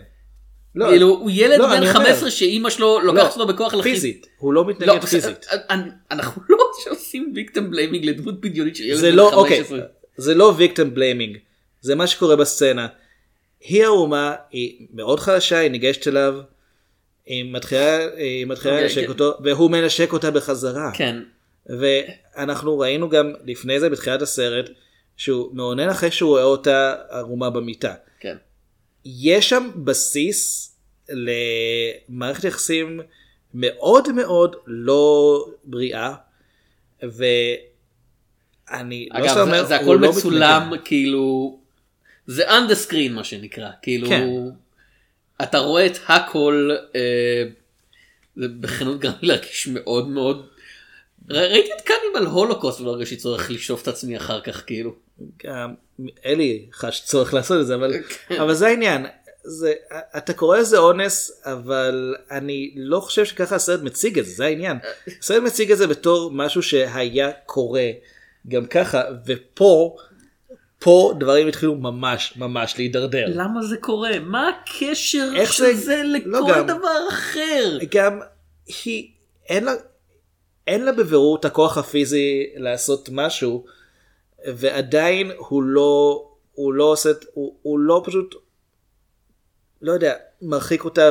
לא, כאילו הוא ילד לא, בן אני אומר. לא, 15 שאימא שלו לוקחת אותו בכוח לחיז- פיזית, הוא לא לא, מתנגד אבל- פיזית. אנ- אנחנו לא [laughs] שעושים ויקטם בליימינג לדמות בדיונית של ילד זה בן לא, אוקיי, 15. זה לא ויקטם בליימינג, זה מה שקורה בסצנה. היא ערומה, היא מאוד חלשה, היא ניגשת אליו, היא מתחילה, היא מתחילה אוקיי, לנשק כן. אותו, והוא מנשק אותה בחזרה. כן. ואנחנו ראינו גם לפני זה בתחילת הסרט, שהוא מאונן אחרי שהוא רואה אותה ערומה במיטה. כן. יש שם בסיס למערכת יחסים מאוד מאוד לא בריאה, ואני לא אגב, שאתה אומר, זה, זה הוא הכל לא מצולם, מתנגד. כאילו, זה on the screen מה שנקרא, כאילו, כן. אתה רואה את הכל, אה, זה בכנות גרם לי להרגיש מאוד מאוד, ר- ראיתי את קאנים על הולוקוסט ולא הרגשתי צורך לשאוף את עצמי אחר כך, כאילו. גם אלי חש צורך לעשות את זה, אבל, כן. אבל זה העניין. זה, אתה קורא לזה אונס, אבל אני לא חושב שככה הסרט מציג את זה, זה העניין. הסרט מציג את זה בתור משהו שהיה קורה גם ככה, ופה, פה דברים התחילו ממש ממש להידרדר. למה זה קורה? מה הקשר איך של זה- זה לכל לא, גם- דבר אחר? גם היא, אין לה, אין לה בבירור את הכוח הפיזי לעשות משהו, ועדיין הוא לא, הוא לא עושה, את- הוא, הוא לא פשוט, לא יודע, מרחיק אותה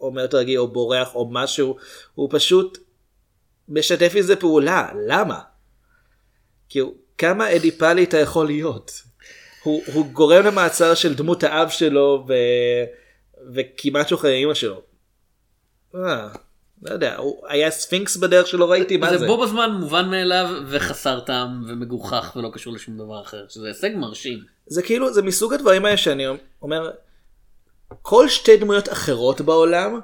ואומר תרגיע או בורח או משהו, הוא פשוט משתף עם זה פעולה, למה? כאילו, כמה אדיפלי אתה יכול להיות? הוא, הוא גורם למעצר של דמות האב שלו ו... וכמעט שוחרר אימא שלו. אה, לא יודע, הוא היה ספינקס בדרך שלא ראיתי מה זה. זה בו בזמן מובן מאליו וחסר טעם ומגוחך ולא קשור לשום דבר אחר, שזה הישג מרשים. זה כאילו, זה מסוג הדברים האלה שאני אומר, כל שתי דמויות אחרות בעולם,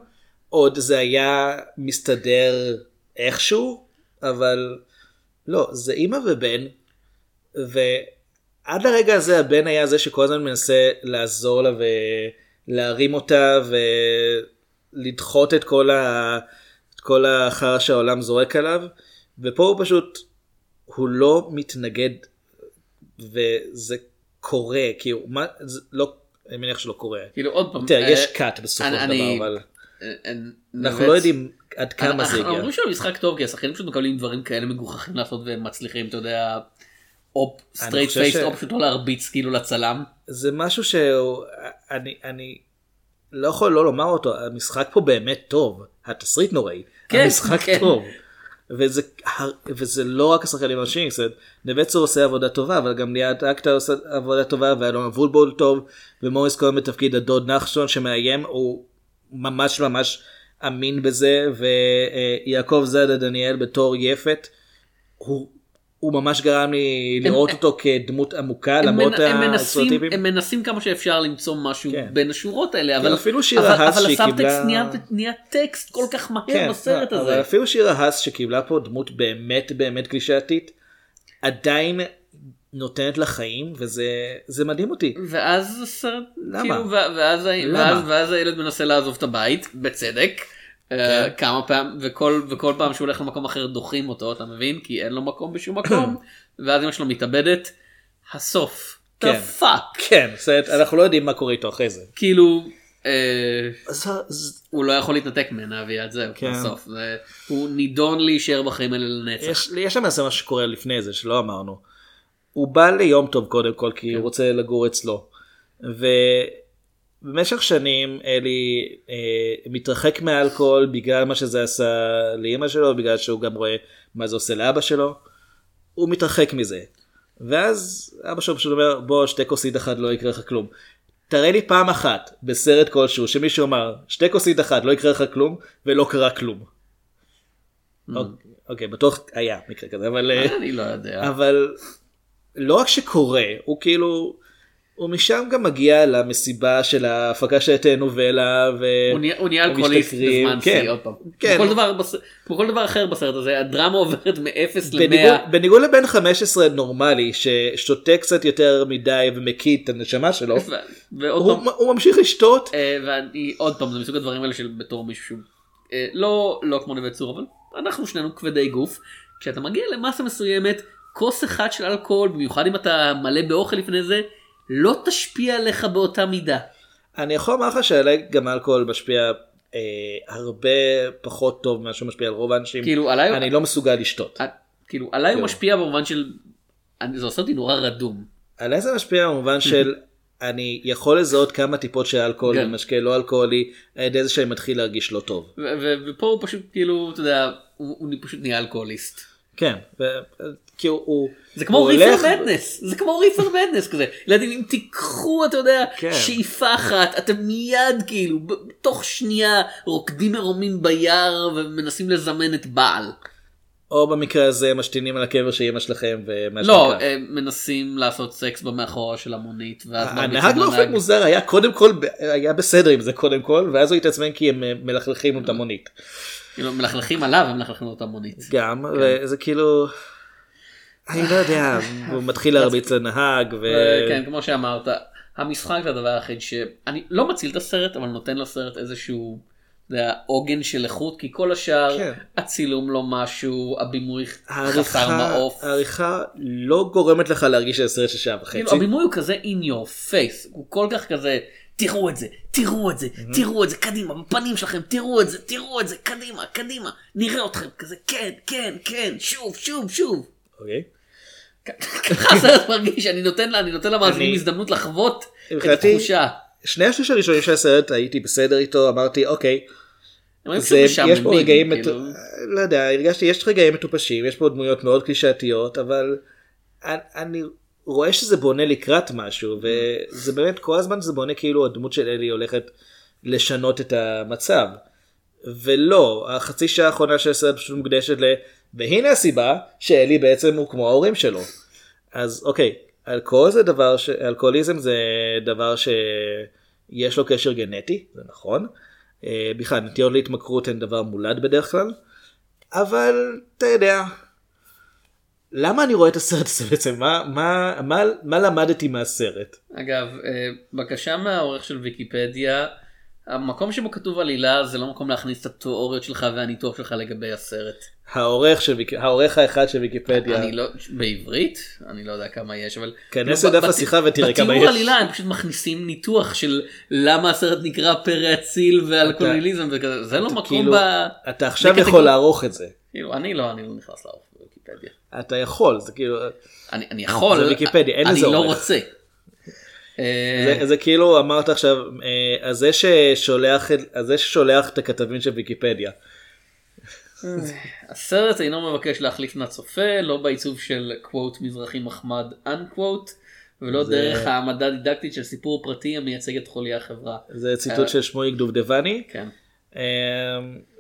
עוד זה היה מסתדר איכשהו, אבל לא, זה אימא ובן, ועד הרגע הזה הבן היה זה שכל הזמן מנסה לעזור לה ולהרים אותה ולדחות את כל, ה... את כל החרא שהעולם זורק עליו, ופה הוא פשוט, הוא לא מתנגד וזה קורה כאילו מה זה לא אני מניח שלא קורה. כאילו עוד פעם, תראה יש אה, קאט בסופו של אני- אני- דבר אבל אה, אה, אנחנו נבט. לא יודעים עד כמה זה אנחנו הגיע. אומרים שהמשחק טוב כי השחקנים פשוט מקבלים דברים כאלה מגוחכים לעשות והם מצליחים אתה יודע או סטרייט חושב פייס ש- או פשוט לא להרביץ כאילו לצלם. זה משהו שאני אני לא יכול לא לומר אותו המשחק פה באמת טוב התסריט נוראי כן, המשחק כן. טוב. וזה, וזה לא רק השחקנים הראשיים, זאת אומרת, נבצר עושה עבודה טובה, אבל גם ליאת אקטר עושה עבודה טובה, ואלון אבולבול טוב, ומוריס כהן בתפקיד הדוד נחשון שמאיים, הוא ממש ממש אמין בזה, ויעקב זאדה דניאל בתור יפת, הוא, הוא ממש גרם לי לראות אותו כדמות עמוקה, הם, למרות מנ- הם, מנסים, הסטריאוטיפים. הם מנסים כמה שאפשר למצוא משהו כן. בין השורות האלה כן, אבל אפילו שיר אבל- ההס אבל שהיא הסאבטקסט קיבלה- נהיה- נהיה טקסט כל כך מהר בסרט לא, הזה. אבל אפילו שירה האס שקיבלה פה דמות באמת באמת קלישאתית, עדיין נותנת לה חיים וזה זה מדהים אותי. ואז הסרט, למה? כאילו, ו- ואז, ה- למה? ואז, ואז הילד מנסה לעזוב את הבית, בצדק, כן. אה, כמה פעמים, וכל, וכל פעם שהוא הולך למקום אחר דוחים אותו, אתה מבין? כי אין לו מקום [clears throat] בשום מקום, ואז אמא שלו מתאבדת, הסוף. כן. The fuck. כן, זאת, אנחנו לא יודעים מה קורה איתו אחרי זה. כאילו, אה, אז, אז הוא לא יכול להתנתק ממנה, ויד זהו, כן. בסוף. זה- הוא נידון להישאר בחיים האלה לנצח. יש, יש שם איזה משהו שקורה לפני זה שלא אמרנו. הוא בא ליום טוב קודם כל כי הוא רוצה לגור אצלו. ובמשך שנים אלי אה, מתרחק מאלכוהול בגלל מה שזה עשה לאימא שלו, בגלל שהוא גם רואה מה זה עושה לאבא שלו. הוא מתרחק מזה. ואז אבא שלו פשוט אומר בוא שתי כוסית אחת לא יקרה לך כלום. תראה לי פעם אחת בסרט כלשהו שמישהו אמר שתי כוסית אחת לא יקרה לך כלום ולא קרה כלום. Mm. אוקיי, אוקיי בטוח היה מקרה כזה אבל אה, אני לא יודע. אבל לא רק שקורה הוא כאילו הוא משם גם מגיע למסיבה של ההפקה של הטנובלה ו... הוא נהיה- הוא נהיה הם אלכוהוליסט משתכרים, בזמן כן, שיא, עוד פעם. כן. כמו כל דבר בס- כמו כל דבר אחר בסרט הזה, הדרמה עוברת מ-0 בניגוד, ל-100. בניגוד לבן 15 נורמלי ששותה קצת יותר מדי ומקיא את הנשמה [laughs] שלו ועוד הוא, פעם, הוא ממשיך לשתות אה, ואני עוד פעם, זה מסוג הדברים האלה של בתור מישהו שהוא אה, לא לא כמו נווה צור, אבל אנחנו שנינו כבדי גוף. כשאתה מגיע למסה מסוימת, כוס אחת של אלכוהול, במיוחד אם אתה מלא באוכל לפני זה, לא תשפיע עליך באותה מידה. אני יכול לומר לך שעלי גם אלכוהול משפיע אה, הרבה פחות טוב ממה שהוא משפיע על רוב האנשים כאילו עליי, אני לא מסוגל לשתות אה, כאילו עליי הוא כן. משפיע במובן של, אני- זה עושה אותי נורא רדום. עלי זה משפיע [laughs] במובן של אני יכול לזהות כמה טיפות של אלכוהול כן. ומשקה לא אלכוהולי על ידי זה שאני מתחיל להרגיש לא טוב. ו- ו- ופה הוא פשוט כאילו אתה יודע הוא, הוא פשוט נהיה אלכוהוליסט. כן, ו... כי הוא- הוא... זה כמו הוא ריפר הולך- מדנס זה כמו ריפר מדנס כזה ילדים אם תיקחו אתה יודע כן. שאיפה אחת אתם מיד כאילו ב- בתוך שנייה רוקדים מרומים ביער ומנסים לזמן את בעל. או במקרה הזה משתינים על הקבר של אמא שלכם ומאשרים לא, כאן. אה, מנסים לעשות סקס במאחורה של המונית, ואז אה, הנהג לא באופן מוזר היה קודם כל ב- היה בסדר עם זה קודם כל ואז הוא התעצבן כי הם אה, מלכלכים לו את המונית כאילו, הם מלכלכים עליו, הם מלכלכים לו את המונית. גם וזה כאילו. אני לא יודע הוא [laughs] מתחיל להרביץ לנהג ו... אה, כן, כמו שאמרת, המשחק זה הדבר היחיד שאני לא מציל את הסרט, אבל נותן לסרט איזשהו אתה יודע, עוגן של איכות, כי כל השאר, כן. הצילום לא משהו, הבימוי חסר העריכה, מעוף. העריכה לא גורמת לך להרגיש שזה סרט של שעה וחצי. כאילו, הבימוי הוא כזה in your face, הוא כל כך כזה, תראו את זה, תראו את זה, תראו את זה, קדימה, בפנים שלכם, תראו את זה, תראו את זה, קדימה, קדימה, נראה אתכם, כזה, כן, כן, כן, שוב, שוב, שוב. אוקיי. ככה הסרט מרגיש, אני נותן לה- אני נותן למאזינים אני- הזדמנות לחוות את מבחינתי- התחושה. שני השליש הראשונים של הסרט הייתי בסדר איתו אמרתי אוקיי הם היו זה פשוט יש פה משעממים, רגעים מט- כאילו. לא יודע הרגשתי יש רגעים מטופשים יש פה דמויות מאוד קלישאתיות אבל אני- אני רואה שזה בונה לקראת משהו Mm. וזה באמת כל הזמן זה בונה כאילו הדמות של אלי הולכת לשנות את המצב. ולא החצי שעה האחרונה של הסרט פשוט מוקדשת ל והנה הסיבה שאלי בעצם הוא כמו ההורים שלו. אז אוקיי אלכוהול זה דבר ש... אלכוהוליזם זה דבר שיש לו קשר גנטי זה נכון. אה, בכלל נטיות להתמכרות הן דבר מולד בדרך כלל. אבל אתה יודע. למה אני רואה את הסרט הזה בעצם? מה, מה, מה, מה למדתי מהסרט? אגב, אה, בקשה מהעורך של ויקיפדיה, המקום שבו כתוב עלילה זה לא מקום להכניס את התיאוריות שלך והניתוח שלך לגבי הסרט. העורך, של, ויק- העורך האחד של ויקיפדיה. אני לא, בעברית? אני לא יודע כמה יש, אבל... כנס כאילו, לדף בת- השיחה ותראה כמה יש. בתיאור עלילה הם פשוט מכניסים ניתוח של למה הסרט נקרא פרא אציל ואלכוהוליזם וכזה, זה לא מקום כאילו, ב... אתה עכשיו יכול בקטגור- לערוך את זה. כאילו, אני לא, אני לא נכנס לערוך בוויקיפדיה. אתה יכול, זה כאילו, אני אני יכול, זה ויקיפדיה, אין אני לזה לא עורך. רוצה. אה, זה, זה כאילו אמרת עכשיו, אה, הזה ששולח, את- הזה ששולח את הכתבים של ויקיפדיה. הסרט אינו מבקש להחליף נצופה, לא בעיצוב של קוואט מזרחי מחמד אנקוואט, ולא זה- דרך העמדה דידקטית של סיפור פרטי המייצג את חולי החברה. זה אה. ציטוט של שמואל דובדבני, כן. אה,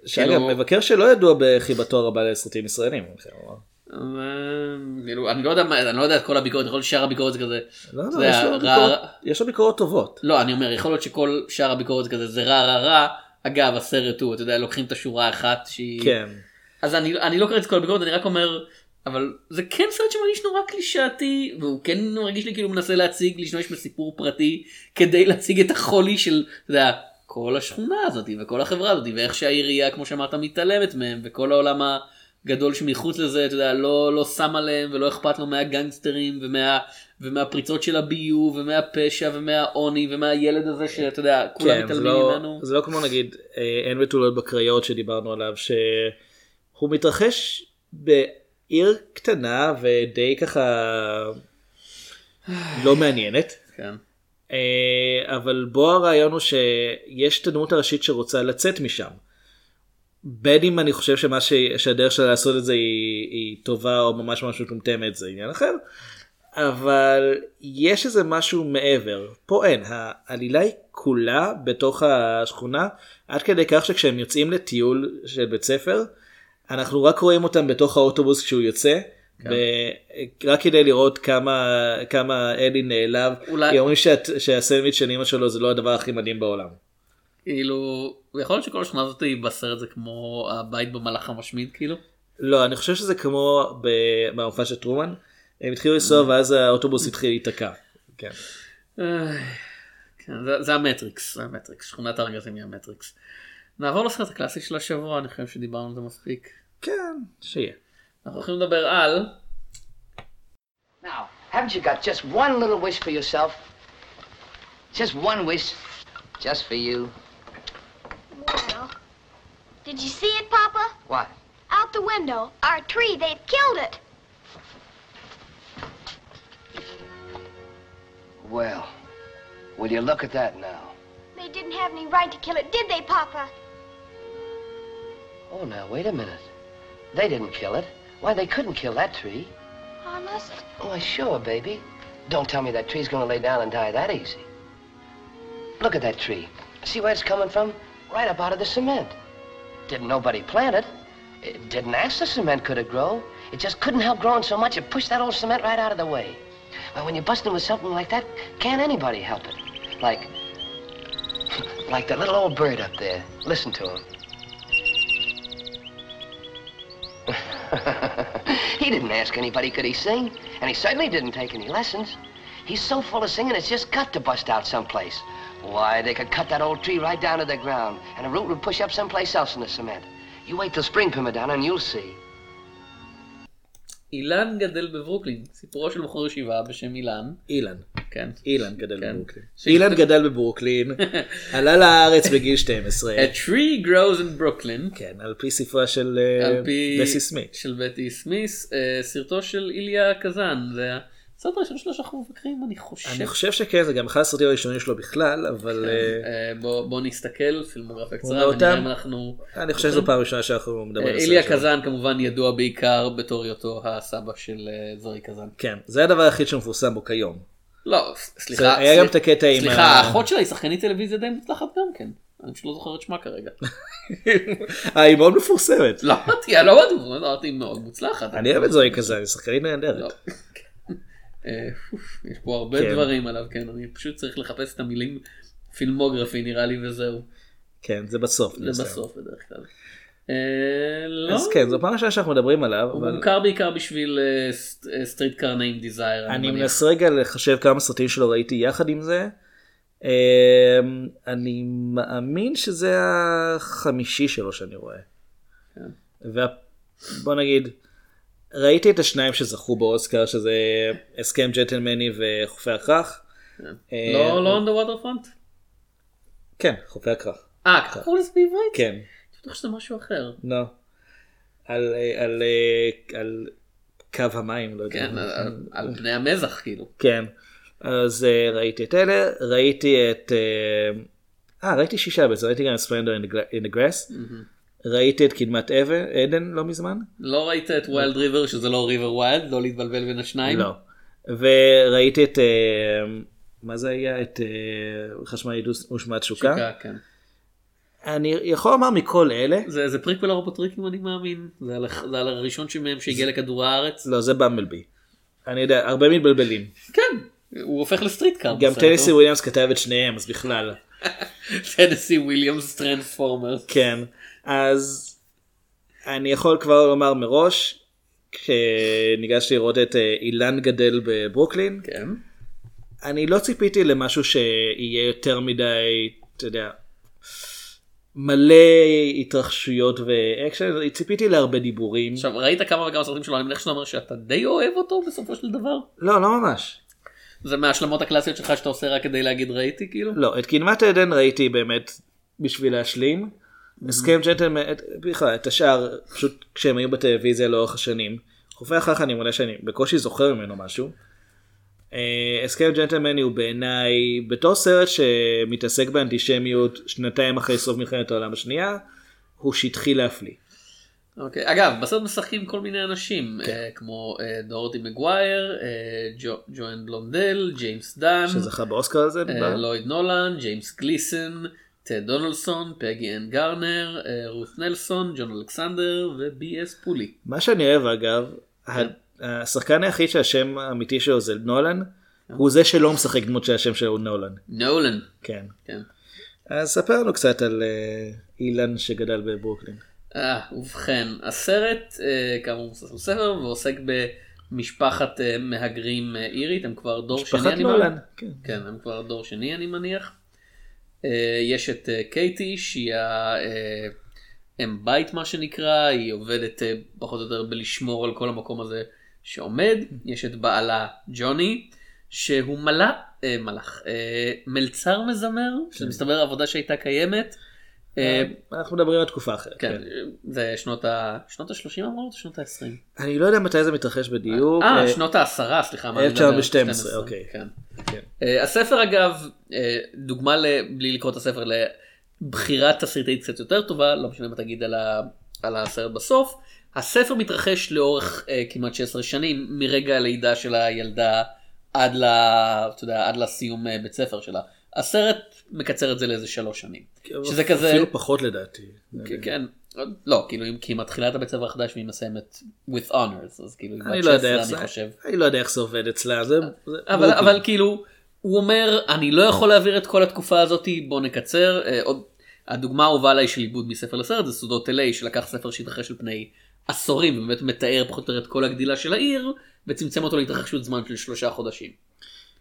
שאגב, כאילו- מבקר שלא ידוע בחיבתו הרבה לסרטים ישראלים. אני חייב לומר. אה, כאילו, אני לא יודע מה, אני לא יודע את כל הביקורת, יכול להיות ששאר הביקורת זה כזה. לא, זה לא, יש לו הרע- ביקורות- יש לו ביקורות טובות. לא, אני אומר, יכול להיות שכל שאר הביקורת זה כזה, זה רע רע רע. אגב, הסרט הוא, אתה יודע, לוקחים את השורה האחת שהיא... כן. אז אני, אני לא קראתי את כל הביקורת, אני רק אומר, אבל זה כן סרט שמרגיש נורא קלישאתי, והוא כן מרגיש לי כאילו הוא מנסה להציג, להשתמש בסיפור פרטי, כדי להציג את החולי של, אתה יודע, כל השכונה הזאת, וכל החברה הזאת, ואיך שהעירייה, כמו שאמרת, מתעלמת מהם, וכל העולם ה... גדול שמחוץ לזה, אתה יודע, לא, לא שם עליהם ולא אכפת לו מהגנגסטרים ומה, ומהפריצות של הביוב ומהפשע ומהעוני ומהילד הזה שאתה יודע, כולם כן, זה מתעלמים לא, ממנו. זה לא כמו נגיד אה, אין בתולות בקריות שדיברנו עליו שהוא מתרחש בעיר קטנה ודי ככה לא מעניינת כן. אה, אבל בו הרעיון הוא שיש את הדמות הראשית שרוצה לצאת משם. בין אם אני חושב שמה ש... שהדרך שלה לעשות את זה היא, היא טובה או ממש ממש מטומטמת זה עניין אחר. אבל יש איזה משהו מעבר פה אין העלילה היא כולה בתוך השכונה עד כדי כך שכשהם יוצאים לטיול של בית ספר אנחנו רק רואים אותם בתוך האוטובוס כשהוא יוצא. ורק כדי לראות כמה כמה אלי נעלב, אולי- היא אומרים שהט- שהסנדוויץ של אמא שלו זה לא הדבר הכי מדהים בעולם. כאילו, יכול להיות שכל השכונה הזאת היא בסרט זה כמו הבית במלאך המשמיד כאילו. לא, אני חושב שזה כמו ב- במופע של טרומן, הם התחילו Mm. לנסוע ואז האוטובוס התחיל להיתקע. כן. אה, כן, זה, זה המטריקס, זה המטריקס, שכונת הארגזים היא המטריקס. נעבור לסרט הקלאסי של השבוע, אני חושב שדיברנו על זה מספיק. כן, שיהיה. אנחנו הולכים לדבר על... Now, haven't you got just one little wish for yourself? Just one wish, just for you. Well, did you see it, Papa? What? Out the window, our tree, they've killed it. Well, will you look at that now? They didn't have any right to kill it, did they, Papa? Oh, now wait a minute. They didn't kill it. Why, they couldn't kill that tree. Honest? Why, sure, baby. Don't tell me that tree's gonna lay down and die that easy. Look at that tree. See where it's coming from? Right up out of the cement. Didn't nobody plant it. It didn't ask the cement could it grow. It just couldn't help growing so much it pushed that old cement right out of the way. Well, when you're busting with something like that, can't anybody help it? Like, [laughs] like that little old bird up there. Listen to him. he didn't ask anybody could he sing, and he certainly didn't take any lessons. He's so full of singing, it's just got to bust out someplace. Why, they could cut that old tree right down to the ground, and a root would push up someplace else in the cement. You wait till spring come down, and you'll see. אילן גדל בברוקלין, סיפורו של בחור ישיבה בשם אילן, אילן. כן, אילן גדל כן. [laughs] בברוקלין. ש- [laughs] אילן גדל בברוקלין, עלה לארץ בגיל [laughs] 12. A tree grows in Brooklyn, כן, על פי ספרה של אה, על פי... בסי סמית. של בטי סמיס, אה, סרטו של איליה קזאן, זה הסרט הראשון שלו שאנחנו מבקרים, אני חושב. אני חושב שכן, זה גם אחד הסרטים הראשונים שלו בכלל, אבל אה, אה, בוא בוא נסתכל, פילמוגרפיה קצרה, ומאותם- ונראה אם אנחנו... אה, אני חושב שזו פעם ראשונה שאנחנו מדברים על אה, הסרט איליה שלו. קזאן כמובן ידוע בעיקר בתור היותו הסבא של אה, זרי קזאן. כן, זה הדבר היחיד שמפורסם בו כיום. לא, ס- סליחה. זה- היה סליח- גם את הקטע עם סליחה, ה- האחות שלה היא שחקנית טלוויזיה די מוצלחת גם כן. אני פשוט לא זוכר את שמה כרגע. אה, היא מאוד מפורסמת. לא אמרתי, לא אמרתי, מוצלחת, אמרתי מאוד מוצלחת. אני אוהב את זוהי כזה, היא שחקנית לא. נהדרת. אה, אוף, יש פה הרבה כן. דברים עליו, כן, אני פשוט צריך לחפש את המילים פילמוגרפי נראה לי וזהו. כן, זה בסוף. אני זה מסיים. בסוף בדרך כלל. אה, לא, אז כן, זו פעם ראשונה שאנחנו מדברים עליו, הוא אבל מוכר בעיקר בשביל אה, סטריט קרניים דיזייר. אני מנסה רגע לחשב כמה סרטים שלו ראיתי יחד עם זה. אמ, אני מאמין שזה החמישי שלו שאני רואה. כן. ובוא נגיד, ראיתי את השניים שזכו באוסקר, שזה הסכם ג'נטלמני וחופי הכרך. אה, לא, לא on the water front? כן, חופי הכרך. אה, ככה קוראים לזה בעברית? כן. אני בטוח שזה משהו אחר. לא. על, אה, על, אה, על קו המים, לא יודע. כן, על- על- על פני המזח כאילו. כן. אז אה, ראיתי את אלה, ראיתי את... אה, אה, ראיתי שישה בעצם, ראיתי גם את ספלנדר אין הגרס. ראיתי את קדמת אבן- עדן לא מזמן. לא ראית את ווילד ריבר שזה לא ריבר ווילד, לא להתבלבל בין השניים? לא. וראיתי את... אה, מה זה היה? את אה, חשמל דו- ושמע תשוקה. שוקה, כן. אני יכול לומר מכל אלה, זה זה פריקוול הרובוטריקים אני מאמין, זה על הח- זה על הראשון שמהם שהגיע לכדור הארץ. לא, זה במבלבי. אני יודע, הרבה מתבלבלים. כן, הוא הופך לסטריט קאר. גם בסרט, טניסי לא? וויליאמס כתב את שניהם, אז בכלל. טנסי וויליאמס טרנספורמר. כן, אז אני יכול כבר לומר מראש, כשניגשתי לראות את אה, אילן גדל בברוקלין, כן. אני לא ציפיתי למשהו שיהיה יותר מדי, אתה יודע, מלא התרחשויות ואקשן, ציפיתי להרבה דיבורים. עכשיו ראית כמה וכמה סרטים שלו, אני מניח שאתה אומר שאתה די אוהב אותו בסופו של דבר? לא, לא ממש. זה מההשלמות הקלאסיות שלך שאתה עושה רק כדי להגיד ראיתי כאילו? לא, את קדמת עדן ראיתי באמת בשביל להשלים. הסכם ג'נטלמן, את- בכלל, את השאר, פשוט כשהם היו בטלוויזיה לאורך השנים. חופי אחר כך אני מודה שאני בקושי זוכר ממנו משהו. אה, הסכם ג'נטלמני הוא בעיניי, בתור סרט שמתעסק באנטישמיות שנתיים אחרי סוף מלחמת העולם השנייה, הוא שטחי להפליא. אוקיי. אגב, בסרט משחקים כל מיני אנשים, כן. אה, כמו אה, דורטי מגווייר, אה, ג'ו- ג'ואן בלונדל, ג'יימס דן, שזכה באוסקר על זה? אמ, אה, לויד נולן, ג'יימס גליסון, טד דונלסון, פגי אנד גרנר, אה, רות נלסון, ג'ון אלכסנדר ובי אס פולי. מה שאני אוהב אגב, ה- השחקן היחיד שהשם האמיתי שלו זה נולן, הוא זה שלא משחק דמות שהשם שלו הוא נולן. נולן. כן. כן. אז ספר לנו קצת על אה, אילן שגדל בברוקלין. אה, ובכן, הסרט, אה, כאמור, מבוסס על ספר, ועוסק במשפחת אה, מהגרים אה, אירית, הם כבר דור שני, משפחת אני מאמין. נולן. כן. כן, הם כבר דור שני, אני מניח. אה, יש את אה, קייטי, שהיא האם בית, מה שנקרא, היא עובדת אה, פחות או יותר בלשמור על כל המקום הזה שעומד. יש את בעלה, ג'וני, שהוא מלאך, מלאך, אה, מלצר מזמר, שזה מסתבר עבודה שהייתה קיימת. כן. אה, אנחנו מדברים על תקופה אחרת. כן, כן. זה שנות ה... שנות ה-30 אמרנו או שנות ה-20? אני לא יודע מתי זה מתרחש בדיוק. אה, אה, שנות ה-10, סליחה. מה אני מדבר? 1912, 12, אוקיי. כן. כן. אה, הספר אגב, אה, דוגמה, ל- בלי לקרוא את הספר, לבחירת תסריטאית קצת יותר טובה, לא משנה מה תגיד על ה- על הסרט בסוף. הספר מתרחש לאורך אה, כמעט 16 שנים, מרגע הלידה של הילדה עד ל- אתה יודע, עד לסיום אה, בית ספר שלה. הסרט מקצר את זה לאיזה שלוש שנים. שזה אפילו כזה... כאילו, אפילו פחות לדעתי. כן, כן, לא, כאילו, אם- כי היא מתחילה את הבית ספר החדש והיא מסיימת with honors, אז כאילו, היא אני בת לא יודע 16, איך זה, אני חושב. אני לא יודע איך זה עובד אצלה, זה... זה- אבל, ברוקלין. אבל כאילו, הוא אומר, אני לא יכול להעביר את כל התקופה הזאת, בוא נקצר. אה, עוד, הדוגמה האהובה עליי של עיבוד מספר לסרט זה סודות LA, שלקח ספר שהתרחש על פני עשורים, ובאמת מתאר פחות או יותר את כל הגדילה של העיר, וצמצם אותו להתרחשות זמן של שלושה חודשים.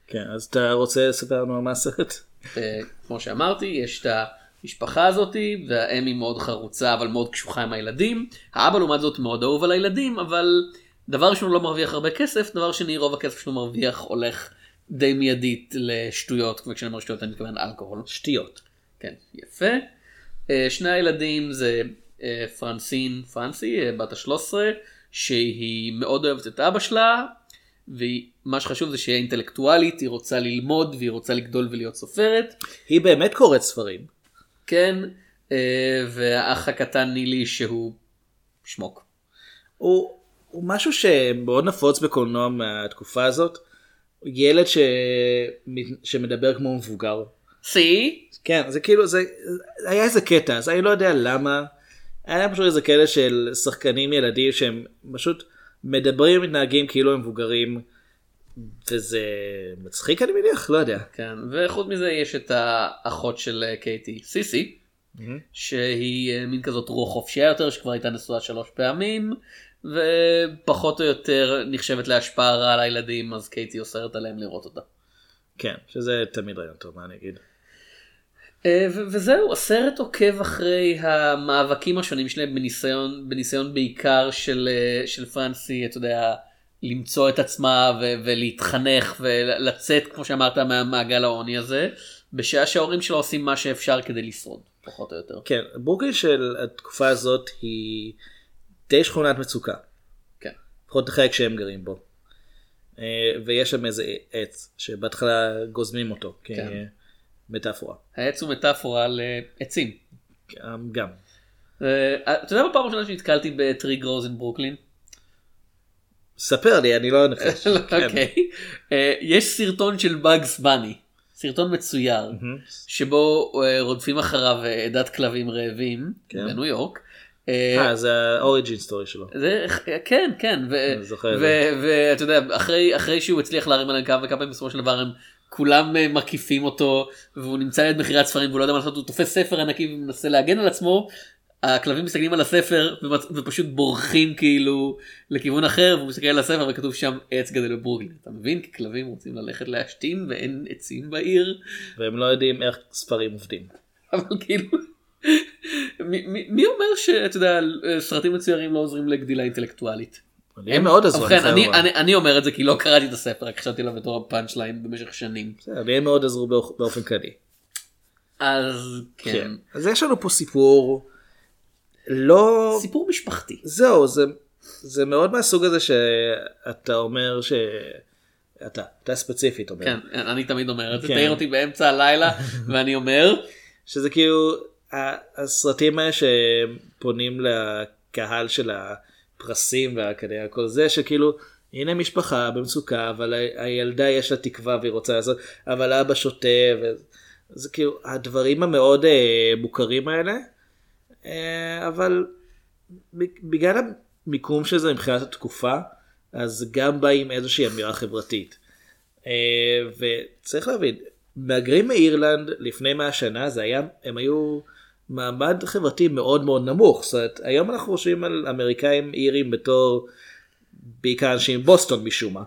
כן, אז אתה רוצה לספר לנו על מה הסרט? [laughs] אה, כמו שאמרתי, יש את המשפחה הזאתי, והאם היא מאוד חרוצה, אבל מאוד קשוחה עם הילדים. האבא לעומת זאת מאוד אהוב על הילדים, אבל דבר ראשון הוא לא מרוויח הרבה כסף, דבר שני רוב הכסף שהוא מרוויח הולך די מיידית לשטויות, וכשאני אומר שטויות אני מתכוון אלכוהול. שטויות. כן, יפה. אה, שני הילדים זה אה, פרנסין פרנסי, אה, בת ה-13, שהיא מאוד אוהבת את אבא שלה, ומה שחשוב זה שהיא אינטלקטואלית, היא רוצה ללמוד והיא רוצה לגדול ולהיות סופרת. היא באמת קוראת ספרים. כן, אה, והאח הקטן נילי שהוא שמוק. הוא, הוא משהו שמאוד נפוץ בקולנוע מהתקופה הזאת. ילד ש... שמדבר כמו מבוגר. סי? כן, זה כאילו, זה... היה איזה קטע, אז אני לא יודע למה. היה להם פשוט איזה קטע של שחקנים ילדים שהם פשוט מדברים ומתנהגים כאילו הם מבוגרים, וזה מצחיק אני מניח? לא יודע. כן, וחוץ מזה יש את האחות של אה, קייטי, סיסי, שהיא אה, מין כזאת רוח חופשייה יותר, שכבר הייתה נשואה שלוש פעמים, ופחות או יותר נחשבת להשפעה רעה על הילדים, אז קייטי אוסרת עליהם לראות אותה. כן, שזה תמיד רעיון טוב, מה אני אגיד. אה, ו- וזהו, הסרט עוקב אחרי המאבקים השונים שלהם בניסיון, בניסיון בעיקר של, אה, של פרנסי, אתה יודע, למצוא את עצמה ו- ולהתחנך ולצאת, כמו שאמרת, מהמעגל העוני הזה, בשעה שההורים שלה עושים מה שאפשר כדי לשרוד, פחות או יותר. כן, ברוקלין של התקופה הזאת היא די שכונת מצוקה. כן. לפחות החלק שהם גרים בו. אה, ויש שם איזה עץ שבהתחלה גוזמים אותו כן. כמטאפורה. כן, העץ הוא מטאפורה לעצים. גם- גם. אה, אתה יודע בפעם הראשונה שנתקלתי בטריג רוז אין ברוקלין? ספר לי, אני לא נחש. כן. [laughs] אוקיי. אה, יש סרטון של באגס בני, סרטון מצויר. מהמם. שבו אה, רודפים אחריו אה, עדת כלבים רעבים כן. בניו יורק. אה, [laughs] אה, זה האוריג'ין סטורי שלו. זה, כן, כן, אני זוכר את ואתה יודע, אחרי, אחרי שהוא הצליח להרים עליהם כמה וכמה פעמים בסופו של דבר הם כולם אה, מקיפים אותו, והוא נמצא ליד מכירת ספרים והוא לא יודע מה לעשות, הוא תופס ספר ענקי ומנסה להגן על עצמו, הכלבים מסתכלים על הספר ומצ- ופשוט בורחים כאילו לכיוון אחר, והוא מסתכל על הספר וכתוב שם עץ גדל בברוקלין, אתה מבין? כי כלבים רוצים ללכת להשתין ואין עצים בעיר. [laughs] והם לא יודעים איך ספרים עובדים. אבל כאילו, מי, מי, מי אומר שאתה יודע, סרטים מצוירים לא עוזרים לגדילה אינטלקטואלית? לי הם מאוד עזרו. ובכן, חייב אני, לומר. אני, אני אומר את זה כי לא קראתי את הספר, רק חשבתי עליו בתור הפאנץ' ליין במשך שנים. בסדר, לי הם מאוד עזרו באופ- באופן כללי. אז כן. כן. אז יש לנו פה סיפור לא... סיפור משפחתי. זהו, זה, זה מאוד מהסוג הזה שאתה אומר ש... אתה, אתה ספציפית אומר. כן, אני תמיד אומר את זה, כן. תעיר אותי [laughs] באמצע הלילה ואני אומר, שזה כאילו ה- הסרטים האלה שפונים לקהל של הפרסים והאקדמיה, כל זה שכאילו הנה משפחה במצוקה אבל ה- הילדה יש לה תקווה והיא רוצה לעשות אבל אבא שותה וזה כאילו הדברים המאוד אה, מוכרים האלה אה, אבל ב- בגלל המיקום של זה מבחינת התקופה אז גם בא עם איזושהי אמירה חברתית. אה, וצריך להבין, מהגרים מאירלנד לפני 100 שנה זה היה, הם היו מעמד חברתי מאוד מאוד נמוך. זאת אומרת, היום אנחנו חושבים על אמריקאים אירים בתור בעיקר אנשים עם בוסטון משום מה,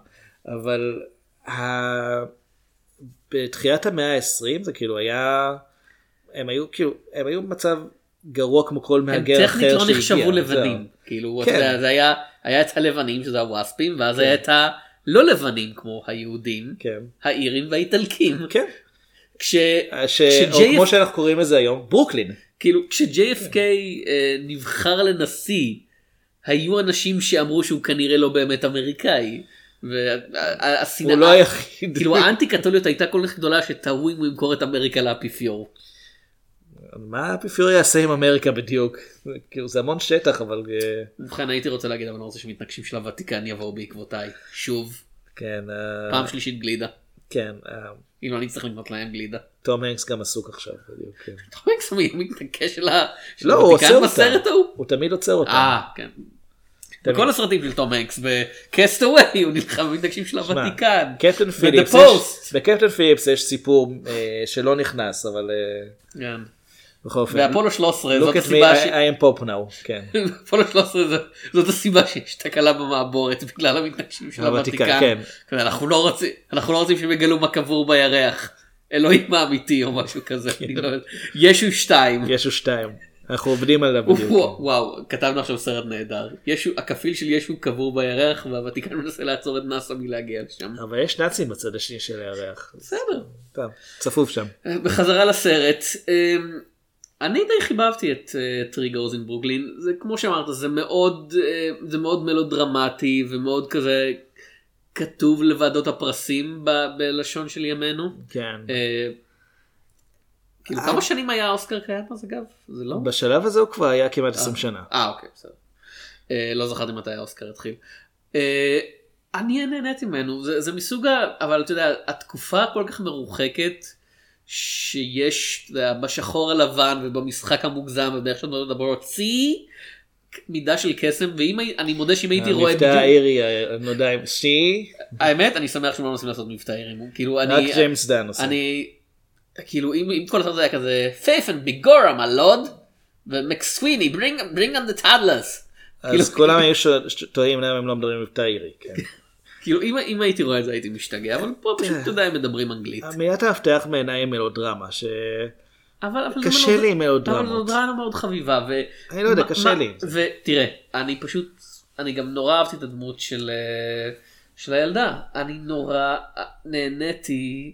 אבל ה... בתחילת המאה ה-20 זה כאילו היה, הם היו כאילו, הם היו במצב גרוע כמו כל הם מהגר אחר שהגיע. טכנית לא נחשבו זהו. לבנים. כאילו, אתה כן. יודע, זה היה- היה את הלבנים שזה הווספים, ואז היה את הלא לבנים כמו היהודים, כן, האירים והאיטלקים. כן. אה, כש... ש... או כש-JFK כמו שאנחנו קוראים לזה היום, ברוקלין. כאילו כן. כש-JFK אה, נבחר לנשיא היו אנשים שאמרו שהוא כנראה לא באמת אמריקאי. והשנאה, הוא לא היחיד. כאילו האנטי קתוליות הייתה כל כך גדולה שטעו אם הוא ימכור את אמריקה לאפיפיור. מה האפיפיור יעשה עם אמריקה בדיוק? זה, כאילו זה המון שטח אבל אה, ובכן הייתי רוצה להגיד אבל אני לא רוצה שמתנגשים של הוותיקן יבואו בעקבותיי. שוב, כן, אה, פעם שלישית גלידה. כן, אה, כאילו אני צריך לקנות להם גלידה. תום הנקס גם עסוק עכשיו. בדיוק, כן. טומק סמי מתעקש על ה... של לא, הוא הוותיקן עוצר בסרט אותה. ההוא. הוא תמיד עוצר אותה. אה, כן. בכל הסרטים של תום הנקס, בקסטווי הוא נלחם במתנגשים של שמע, הוותיקן. קפטן ב-The פיליפס, Post. יש- בקפטן פיליפס יש סיפור אה, שלא נכנס, אבל אה, כן. בכל אופן. ואפולו 13 look זאת at הסיבה me, ש... I- I am pop now, כן. אפולו 13 זאת- זאת הסיבה שיש תקלה במעבורת בגלל המתנגשים של הוותיקן, הוותיקן. כן. כן, אנחנו לא רוצים אנחנו לא רוצים שהם יגלו מה קבור בירח. אלוהים האמיתי או משהו כזה. כן. אני לא יודע. ישו 2. ישו שתיים. אנחנו עובדים עליו כן, בדיוק. וואו, כתבנו עכשיו סרט נהדר. ישו, הכפיל של ישו קבור בירח והוותיקן מנסה לעצור את נאסא מלהגיע לשם. אבל יש נאצים בצד השני של הירח. בסדר. טוב, צפוף שם. בחזרה לסרט, אמ, אני די חיבבתי את אה, טרי גוז אין ברוקלין, זה כמו שאמרת, זה מאוד, אה, זה מאוד מלודרמטי ומאוד כזה כתוב לוועדות הפרסים ב- בלשון של ימינו. כן. אה, כאילו כמה שנים היה האוסקר קיים אז אגב? זה לא? בשלב הזה הוא כבר היה כמעט 20 שנה. אה אוקיי בסדר. אה, לא זכרתי מתי האוסקר התחיל. אה, אני נהניתי ממנו זה, זה מסוג ה... אבל אתה יודע התקופה כל כך מרוחקת שיש אתה יודע, בשחור הלבן ובמשחק המוגזם ובאיך שאתה מדבר שיא מידה של קסם ואם הי- אני מודה שאם הייתי רואה המבטא בדיוק- האירי הנודע אה, עם שי, האמת אני שמח שהם לא מנסים לעשות מבטא עירים כאילו רק אני ג'יימס דן עושה. אני כאילו אם, אם כל הסרט הזה היה כזה פייפן ביגורה מה לוד ומקסוויני bring, bring on the toddlers. כאילו- אז כולם היו ש- ש- תוהים למה הם לא מדברים מבטא אירי. [laughs] כן. כאילו אם, אם הייתי רואה את זה הייתי משתגע אבל פה פשוט אתה יודע הם מדברים אנגלית מילת המפתח בעיניי היא מלודרמה, שקשה אבל, אבל לי עם אבל זו מלודרמות. דרמה מאוד חביבה ו... אני לא יודע, מה- קשה מה- לי עם זה. ותראה אני פשוט אני גם נורא אהבתי את הדמות של אה, של הילדה אני נורא אה, נהניתי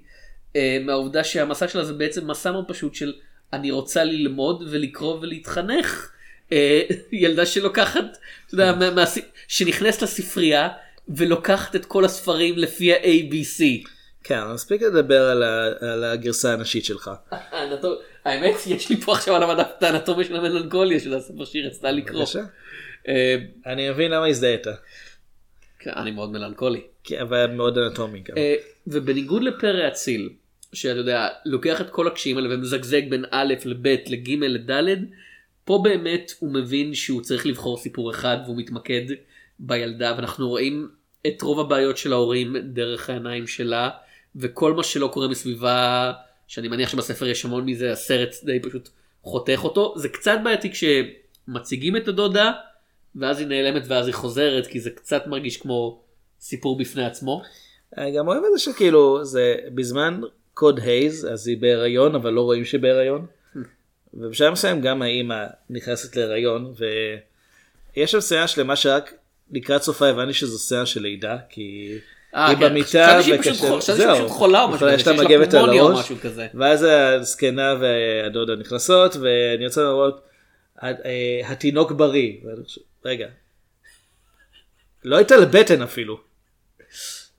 אה, מהעובדה שהמסע שלה זה בעצם מסע מאוד פשוט של אני רוצה ללמוד ולקרוא ולהתחנך אה, ילדה שלוקחת אתה יודע, מה- מה- שנכנסת לספרייה ולוקחת את כל הספרים לפי ה-ABC. כן, אבל מספיק לדבר על ה- על הגרסה הנשית שלך. האנטו- אה, האמת יש לי פה עכשיו על המדף את האנטומיה של המלנכוליה שזה הספר שהיא רצתה לקרוא. בבקשה. אה, אני מבין למה הזדהית, כן, אני מאוד מלנכולי. כי- אבל מאוד אנטומי גם. אה, ובניגוד לפרא אציל שאתה יודע לוקח את כל הקשיים האלה ומזגזג בין א' לב' לג' לד' פה באמת הוא מבין שהוא צריך לבחור סיפור אחד והוא מתמקד בילדה ואנחנו רואים את רוב הבעיות של ההורים דרך העיניים שלה וכל מה שלא קורה מסביבה שאני מניח שבספר יש המון מזה הסרט די פשוט חותך אותו זה קצת בעייתי כשמציגים את הדודה ואז היא נעלמת ואז היא חוזרת כי זה קצת מרגיש כמו סיפור בפני עצמו. אני אה, גם אוהב את זה שכאילו זה בזמן קוד הייז אז היא בהיריון אבל לא רואים שהיא בהיריון. ובשלב מסוים גם האימא נכנסת להיריון ויש שם סצנה שלמה שרק לקראת סופה הבנתי שזו סצנה של לידה כי אה, היא כן. במיטה חשבתי שהיא פשוט חו- חשבתי שהיא זהו. פשוט חולה או משהו בכלל, יש כזה, לה שיש לה מגבת על פנומוניה או הראש משהו כזה. ואז הזקנה והדודה נכנסות ואני רוצה לראות "ה- אה, התינוק בריא ואני חושב, רגע. לא הייתה לבטן אפילו.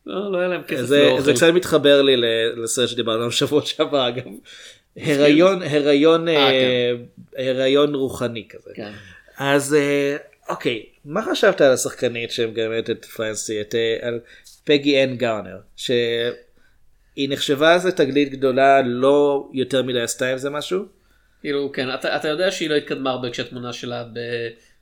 לא, לא היה להם כסף זה, לאוכל. זה קצת מתחבר לי ל- לסרט שדיברנו עליו שבוע שעבר אגב. הריון הריון אה, אה, הריון רוחני כזה. כן. אז אה, אוקיי מה חשבת על השחקנית שמגמרת את פרנסי את אה, על פגי אן גאונר שהיא נחשבה אז לתגלית גדולה לא יותר מדי עשתה עם זה משהו. כאילו, כן, אתה, אתה יודע שהיא לא התקדמה הרבה כשהתמונה שלה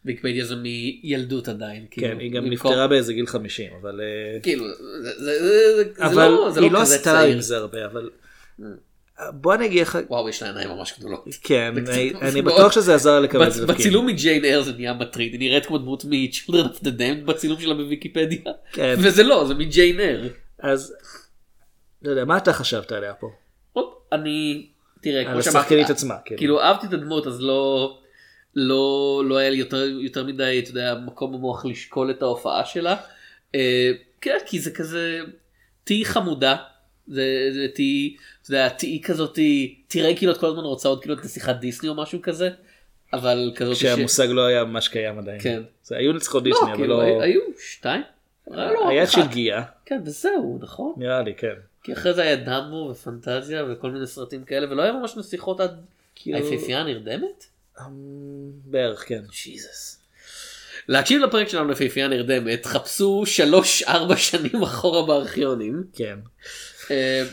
בוויקיפדיה זה מילדות עדיין. כאילו, כן היא גם במקום- נפטרה באיזה גיל 50 אבל אה, כאילו, זה, זה, זה, זה, זה אבל לא, זה היא לא לא כזה עשתה צעיר. עם זה הרבה אבל. אה, בוא אני אגיד לך וואו, יש לה עיניים ממש גדולות. כן זה קצת- אני- זה אני מאוד- בטוח שזה עזר לקבל את בצ- זה. בצילום מג'יין אייר זה נהיה מטריד, היא נראית כמו דמות מ-Children of the Damned בצילום שלה בוויקיפדיה. כן. וזה לא, זה מג'יין אייר. אז, לא יודע, מה אתה חשבת עליה פה? עוד, אני, תראה, על כמו שאמרתי, השחקנית עצמה, כן. כאילו אהבתי את הדמות אז לא לא לא היה לי יותר יותר מדי אתה יודע מקום במוח לשקול את ההופעה שלה. אה, כן כי זה כזה תהיי חמודה. זה זה תהיי אתה יודע תהיי כזאת תראה כאילו את כל הזמן רוצה עוד כאילו את נסיכת דיסני או משהו כזה. אבל כזאת שהמושג לא היה ממש קיים עדיין. כן. זה היו נצחו לא, דיסני, אבל כאילו, לא... היו- היו שתיים. היה לו רק היה את של אחד. גיאה, כן וזהו נכון. נראה לי, כן. כי אחרי זה היה דמו ופנטזיה וכל מיני סרטים כאלה ולא היה ממש נסיכות עד. היפהפייה נרדמת? אמ, בערך, כן. ג'יזוס. להקשיב לפרק שלנו ליפהפייה נרדמת, חפשו 3-4 שנים אחורה בארכיונים. כן. אה,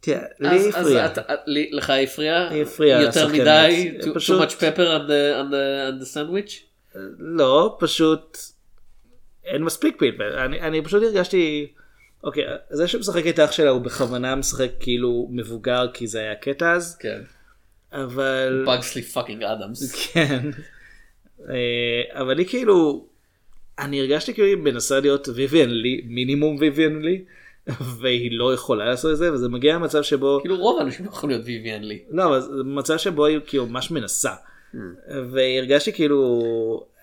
תראה, לי אז, אז הפריע. את, את, לי- לך הפריע? לי הפריע יותר השחקנית. אה, מדי? Too, פשוט- too much pepper on the, on the, on the sandwich? לא, פשוט אין מספיק פילפל. אני, אני פשוט הרגשתי, אוקיי, זה שמשחק את אח שלה הוא בכוונה משחק כאילו מבוגר כי זה היה קטע אז, כן. אבל... פאגסלי פאקינג אדמס. [laughs] כן. אה, אבל היא כאילו, אני הרגשתי כאילו היא מנסה להיות ויויאן לי, מינימום ויויאן לי, והיא לא יכולה לעשות את זה, וזה מגיע למצב שבו, כאילו רוב האנשים לא יכולים להיות ויויאן לי. לא, אבל זה מצב שבו היא כאילו ממש מנסה. והרגשתי כאילו,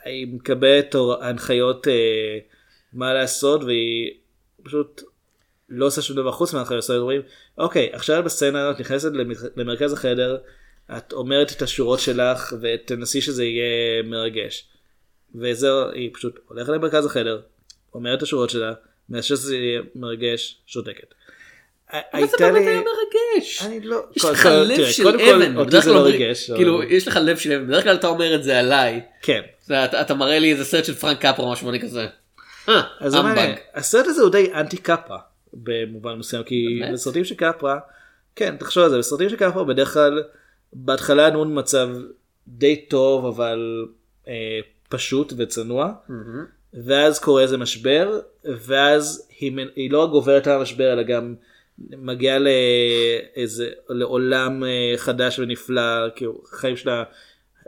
היא מקבלת הור- הנחיות אה, מה לעשות, והיא פשוט לא עושה שום דבר חוץ מההנחיות, זאת אומרת, אוקיי, עכשיו בסצנה הזאת נכנסת למח- למרכז החדר, את אומרת את השורות שלך ותנסי שזה יהיה מרגש. וזהו, היא פשוט הולכת למרכז החדר, אומרת את השורות שלה, מנסה שזה יהיה מרגש, שותקת. אבל זה באמת היה מרגש. אני לא... יש קודם לך כל- לב תראה, של קודם כל, אבן. אותי בדרך זה כלל לא אומרים- ריגש, אבל- כאילו יש לך לב של אבן. בדרך כלל אתה אומר את זה עליי. כן. זה, אתה, אתה מראה לי איזה סרט של פרנק קפרה או משהו אני כזה. אה, אז זה מעניין. אמבג. הסרט הזה הוא די אנטי קפרה במובן מסוים, כי באמת? בסרטים של קפרה, כן, תחשוב על זה, בסרטים של קפרה בדרך כלל, בהתחלה נון מצב די טוב, אבל אה, פשוט וצנוע, ואז קורה איזה משבר, ואז היא, מנ- היא לא רק גוברת על המשבר, אלא גם מגיעה לאיזה, לעולם אה, חדש ונפלא, כאילו, חיים שלה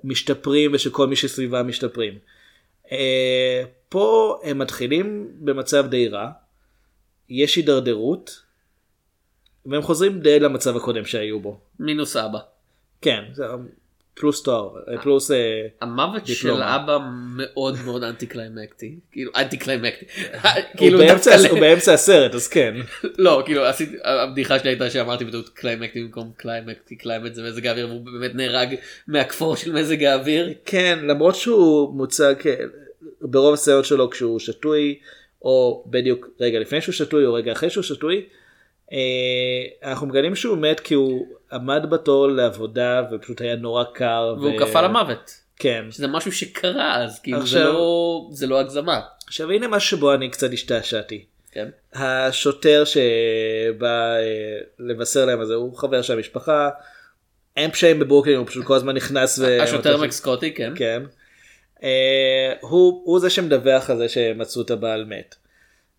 משתפרים ושכל מי שסביבה משתפרים. אה, פה הם מתחילים במצב די רע, יש הידרדרות, והם חוזרים די למצב הקודם שהיו בו. מינוס אבא. כן, זה פלוס תואר, אה, פלוס... אה, המוות של דיפלומה. אבא מאוד מאוד אנטי קליימקטי. כאילו אנטי [laughs] קליימקטי. הוא כאילו באמצע- דווקא ל- הוא באמצע הסרט, אז כן. לא כאילו עשיתי הבדיחה שלי הייתה שאמרתי בטעות קליימקטי במקום קליימקטי קליימט זה מזג האוויר והוא באמת נהרג מהכפור של מזג האוויר. כן, למרות שהוא מוצג כ- ברוב הסרט שלו כשהוא שתוי, או בדיוק רגע לפני שהוא שתוי, או רגע אחרי שהוא שתוי, אה, אנחנו מגלים שהוא מת כי הוא עמד בתור לעבודה ופשוט היה נורא קר. והוא קפא למוות. כן. שזה משהו שקרה אז כאילו זה עכשיו- לא זה לא הגזמה. עכשיו הנה משהו שבו אני קצת השתעשעתי. כן. השוטר שבא אה, לבשר להם על זה, הוא חבר של המשפחה, אין פשעים בברוקלין, הוא פשוט כל הזמן נכנס ו... השוטר מקסקוטי כן. אה, כן. אה, הוא, הוא זה שמדווח על זה שמצאו את הבעל מת.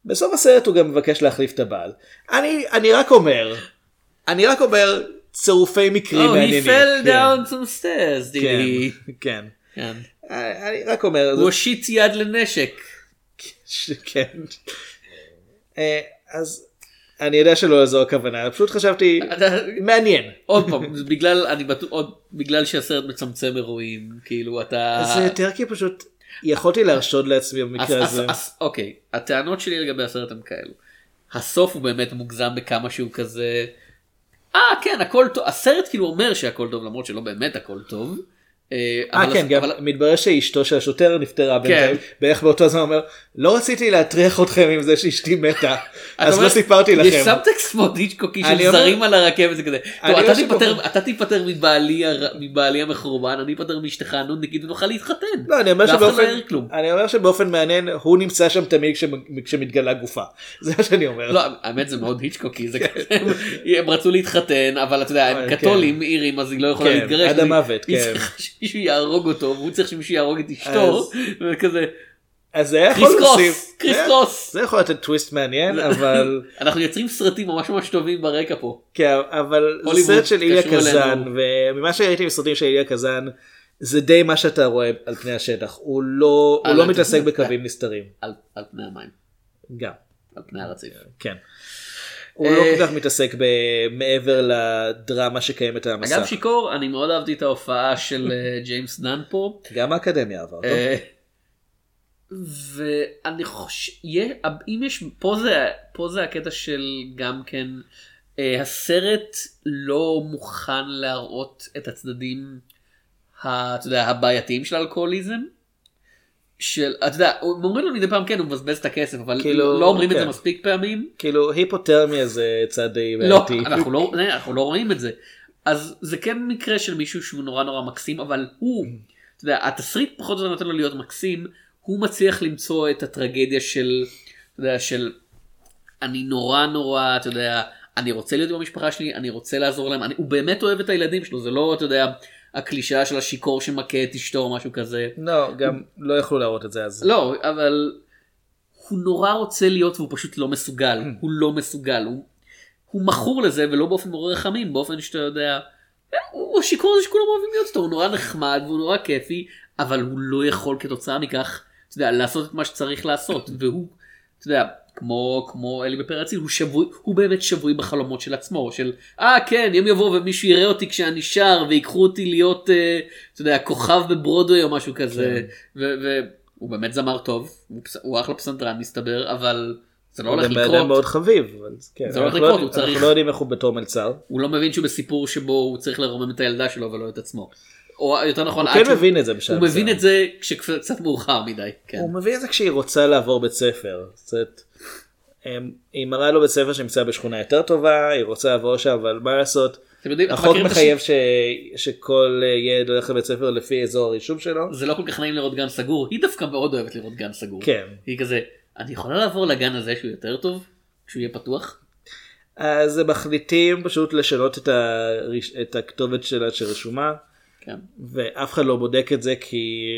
בסוף הסרט הוא גם מבקש להחליף את הבעל. אני, אני רק אומר, אני רק אומר צירופי מקרים Oh, he מעניינים. כן, fell down some stairs. did כן, he? כן. אה, כן. אני אני רק אומר, זה הוא הושיט יד לנשק. ש- כן. אה, אז אני יודע שלא לזו הכוונה, פשוט חשבתי, מעניין. עוד פעם, זה בגלל, אני בטוח, עוד בגלל שהסרט מצמצם אירועים, כאילו אתה... זה יותר כי פשוט יכולתי להרשות לעצמי אז- במקרה אז- הזה. אז- אוקיי, הטענות שלי לגבי הסרט הם כאלו. הסוף הוא באמת מוגזם בכמה שהוא כזה... אה, כן, הכל טוב. הסרט כאילו אומר שהכל טוב, למרות שלא באמת הכל טוב. אה, אה אבל- כן, גם אבל- כן. מתברר שאשתו של השוטר נפטרה בינתיים, בערך באותו הזמן הוא אומר, לא רציתי להטריח אתכם עם זה שאשתי [laughs] מתה, אתה אז אומר, לא סיפרתי יש לכם. סאבטקסט מאוד היצ'קוקי אני של אומר- זרים על הרכבת זה כזה. אני טוב, אתה אומר שפה- תיפטר- אתה תיפטר מבעלי הר- מבעלי המחורבן, אני אפטר מאשתך הנודניקית ונוכל להתחתן. לא, אני אומר ואף אחד לא שבאופן, יעיר כלום. אני אומר שבאופן מעניין, הוא נמצא שם תמיד כשמ- כשמתגלה גופה. [laughs] זה מה שאני אומר. לא, האמת זה מאוד היצ'קוקי, זה כזה, הם- הם רצו להתחתן, כן. אבל אתה יודע, הם כן. קתולים, אירים, אז היא לא יכולה כן, להתגרש. עד אז היא- המוות, היא כן. צריכה שמישהו יהרוג אותו, והוא צריך שמישהו יהרוג את אשתו, אז- וכזה, אז זה היה יכול קריס להוסיף. קרוס, קריס זה- קרוס. לא. זה יכול לתת טוויסט מעניין, [laughs] אבל... אנחנו יוצרים סרטים ממש ממש טובים ברקע פה. כן, אבל זה הוליווד, סרט של איליה קשרו קזאן, אלינו. וממה שראיתי מסרטים של איליה קזאן, זה די מה שאתה רואה על פני השטח. הוא לא, הוא על לא הטבע. מתעסק בקווים נסתרים. על על פני המים, גם, על פני הרציף. כן. הוא לא אה, כל כך מתעסק ב- מעבר לדרמה שקיימת על המסך. אגב שיכור, אני מאוד אהבתי את ההופעה של אה, ג'יימס דן פה. גם האקדמיה עבר. טוב. אה, ואני חושב, יה- אם יש, פה זה, פה זה הקטע של גם כן, אה, הסרט לא מוכן להראות את הצדדים, ה- אתה יודע, הבעייתיים של האלכוהוליזם. של, אתה יודע, הם אומרים לו מדי פעם כן, הוא מבזבז את הכסף, אבל כאילו, לא אומרים את זה כן. מספיק פעמים. כאילו היפותרמיה זה צעד די לא, בעייתי. אנחנו לא, אנחנו לא רואים את זה. אז זה כן מקרה של מישהו שהוא נורא נורא מקסים, אבל הוא, אתה יודע, התסריט פחות או יותר נותן לו להיות מקסים, הוא מצליח למצוא את הטרגדיה של, אתה יודע, של אני נורא נורא, אתה יודע, אני רוצה להיות עם המשפחה שלי, אני רוצה לעזור להם, אני, הוא באמת אוהב את הילדים שלו, זה לא, אתה יודע, הקלישאה של השיכור שמכה את אשתו או משהו כזה. לא, גם לא יכלו להראות את זה אז. לא, אבל הוא נורא רוצה להיות והוא פשוט לא מסוגל, הוא לא מסוגל, הוא, הוא מכור לזה ולא באופן מעורר רחמים, באופן שאתה יודע, הוא הוא השיכור הזה שכולם אוהבים להיות איתו, הוא נורא נחמד והוא נורא כיפי, אבל הוא לא יכול כתוצאה מכך, אתה יודע, לעשות את מה שצריך לעשות, והוא, אתה יודע, כמו, כמו אלי בפרק הציל, הוא שבוי, הוא באמת שבוי בחלומות של עצמו, של אה כן, יום יבוא ומישהו יראה אותי כשאני שר ויקחו אותי להיות, אה, אתה יודע, כוכב בברודווי או משהו כזה, כן. והוא באמת זמר טוב, הוא, פס- הוא אחלה פסנתרן מסתבר, אבל זה לא הוא הולך גם בן אדם לקרות, מאוד חביב. אבל כן, זה הולך אנחנו לא לקרות, יודעים- הוא אנחנו צריך- לא יודעים איך הוא בתור מלצר. הוא לא מבין שהוא בסיפור שבו הוא צריך לרומם את הילדה שלו ולא את עצמו. או יותר נכון, הוא עד כן שהוא- מבין את זה בשלב הוא מבין מסוים. את זה כשקצת מאוחר מדי, כן. הוא מביא את זה כשהיא רוצה לעבור בית ספר. זאת אומרת, הם- היא מראה לו בית ספר שנמצא בשכונה יותר טובה, היא רוצה לעבור שם, אבל מה לעשות, אתם יודעים, אתם החוק מכירים את השיר? מחייב ש... שכל אה, ילד הולך לבית ספר לפי אזור הרישום שלו. זה לא כל כך נעים לראות גן סגור, היא דווקא מאוד אוהבת לראות גן סגור. כן. היא כזה, אני יכולה לעבור לגן הזה שהוא יותר טוב? כשהוא יהיה פתוח? אז הם מחליטים פשוט לשנות את, הריש... את הכתובת שלה שרשומה, כן. ואף אחד לא בודק את זה כי...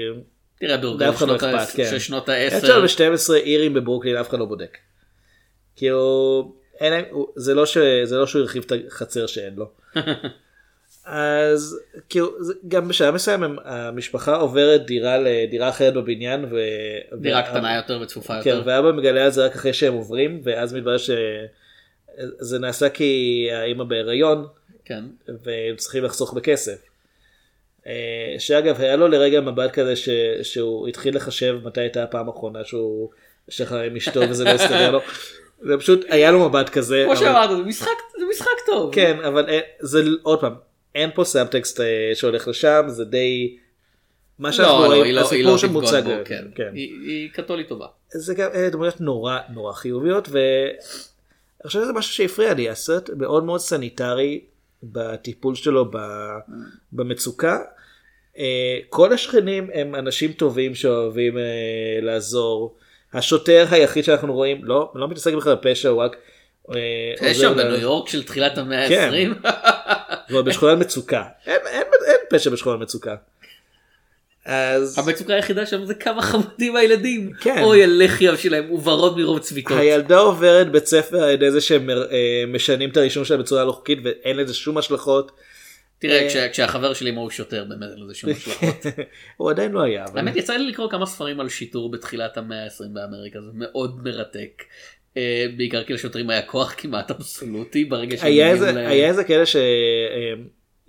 תראה, ברגע לאף אחד לא שנות ה- אכפת, כן. של שנות עד שם ה-10, ב-12 אירים בברוקלין אף אחד לא בודק. כאילו, אין להם, הוא- זה, לא ש, זה לא שהוא הרחיב את החצר שאין [laughs] לו. אז כאילו, זה- גם בשלב מסוים הם- המשפחה עוברת דירה לדירה אחרת בבניין. ו... דירה וה- קטנה יותר וצפופה כן, יותר. ואבא מגלה על זה רק אחרי שהם עוברים, ואז מתברר שזה נעשה כי האימא בהיריון, כן. אה, והם צריכים לחסוך בכסף. אה, שאגב, היה לו לרגע מבט כזה ש... שהוא התחיל לחשב מתי הייתה הפעם האחרונה שהוא שכב עם אשתו וזה לא הסתדר [laughs] לו. זה פשוט, היה לו מבט כזה. כמו אבל- שאמרת, זה משחק- זה משחק טוב. כן, אבל אין- זה עוד פעם, אין פה סאבטקסט אה, שהולך לשם, זה די... מה שאנחנו לא, לא, רואים, היא לא- היא הסיפור לא שמוצג. תתגוד בו, לנו, כן. כן. היא- היא קתולית טובה. זה גם אלה דמויות נורא נורא חיוביות ואני חושב שזה משהו שהפריע לי הסרט מאוד מאוד סניטרי בטיפול שלו ב... במצוקה. אה, כל השכנים הם אנשים טובים שאוהבים אה, לעזור. השוטר היחיד שאנחנו רואים לא לא מתעסק בכלל בפשע הוא רק. אה, יש עוזר שם ל- בניו יורק של תחילת המאה כן. ה-20. ועוד בשכונת מצוקה אין, אין, אין פשע בשכונת מצוקה. אז המצוקה היחידה שם זה כמה חמודים הילדים. כן. אוי הלחי שלהם, הוא ורוד מרוב צביטות. הילדה עוברת בית ספר על ידי זה שהם מר- אה, משנים את הרישום שלה בצורה לא חוקית ואין לזה שום השלכות. תראה, כש- כשהחבר שלי מו הוא שוטר באמת אין לזה [laughs] שום השלכות. הוא עדיין לא היה. אבל- האמת יצא לי לקרוא כמה ספרים על שיטור בתחילת המאה ה-20 באמריקה זה מאוד מרתק. אה, בעיקר כי לשוטרים היה כוח כמעט אבסולוטי ברגע שהם היה הגיעו איזה- ל- היה איזה כאלה ש- אה,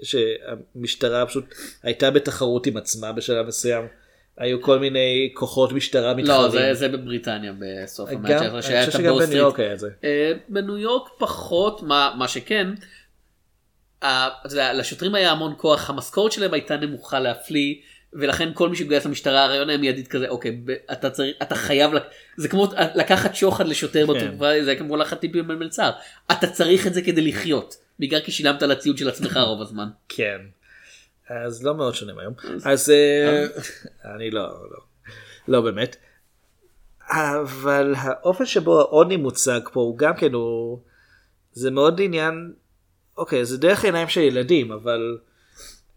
שהמשטרה פשוט הייתה בתחרות עם עצמה בשלב מסוים. היו כל מיני כוחות משטרה מתחרים. אה, לא זה זה בבריטניה בסוף גם- המאה ה-19 אני שהיה חושב את שגם הבו בניו סטריט. יורק היה את זה. אה, בניו יורק פחות מה מה שכן. ה- אתה יודע, לשוטרים היה המון כוח המשכורת שלהם הייתה נמוכה להפליא ולכן כל מי שגויס למשטרה הרעיון היה מיידית כזה אוקיי ב- אתה צריך אתה חייב לק- זה כמו ת- לקחת שוחד לשוטר כן. בתקופה זה היה כמו לקחת טיפים במלצר אתה צריך את זה כדי לחיות בעיקר כי שילמת על הציוד של עצמך רוב הזמן. כן. אז לא מאוד שונים היום. אז אה, אני לא, לא, לא באמת. אבל האופן שבו העוני מוצג פה הוא גם כן הוא, זה מאוד עניין, אוקיי זה דרך העיניים של ילדים אבל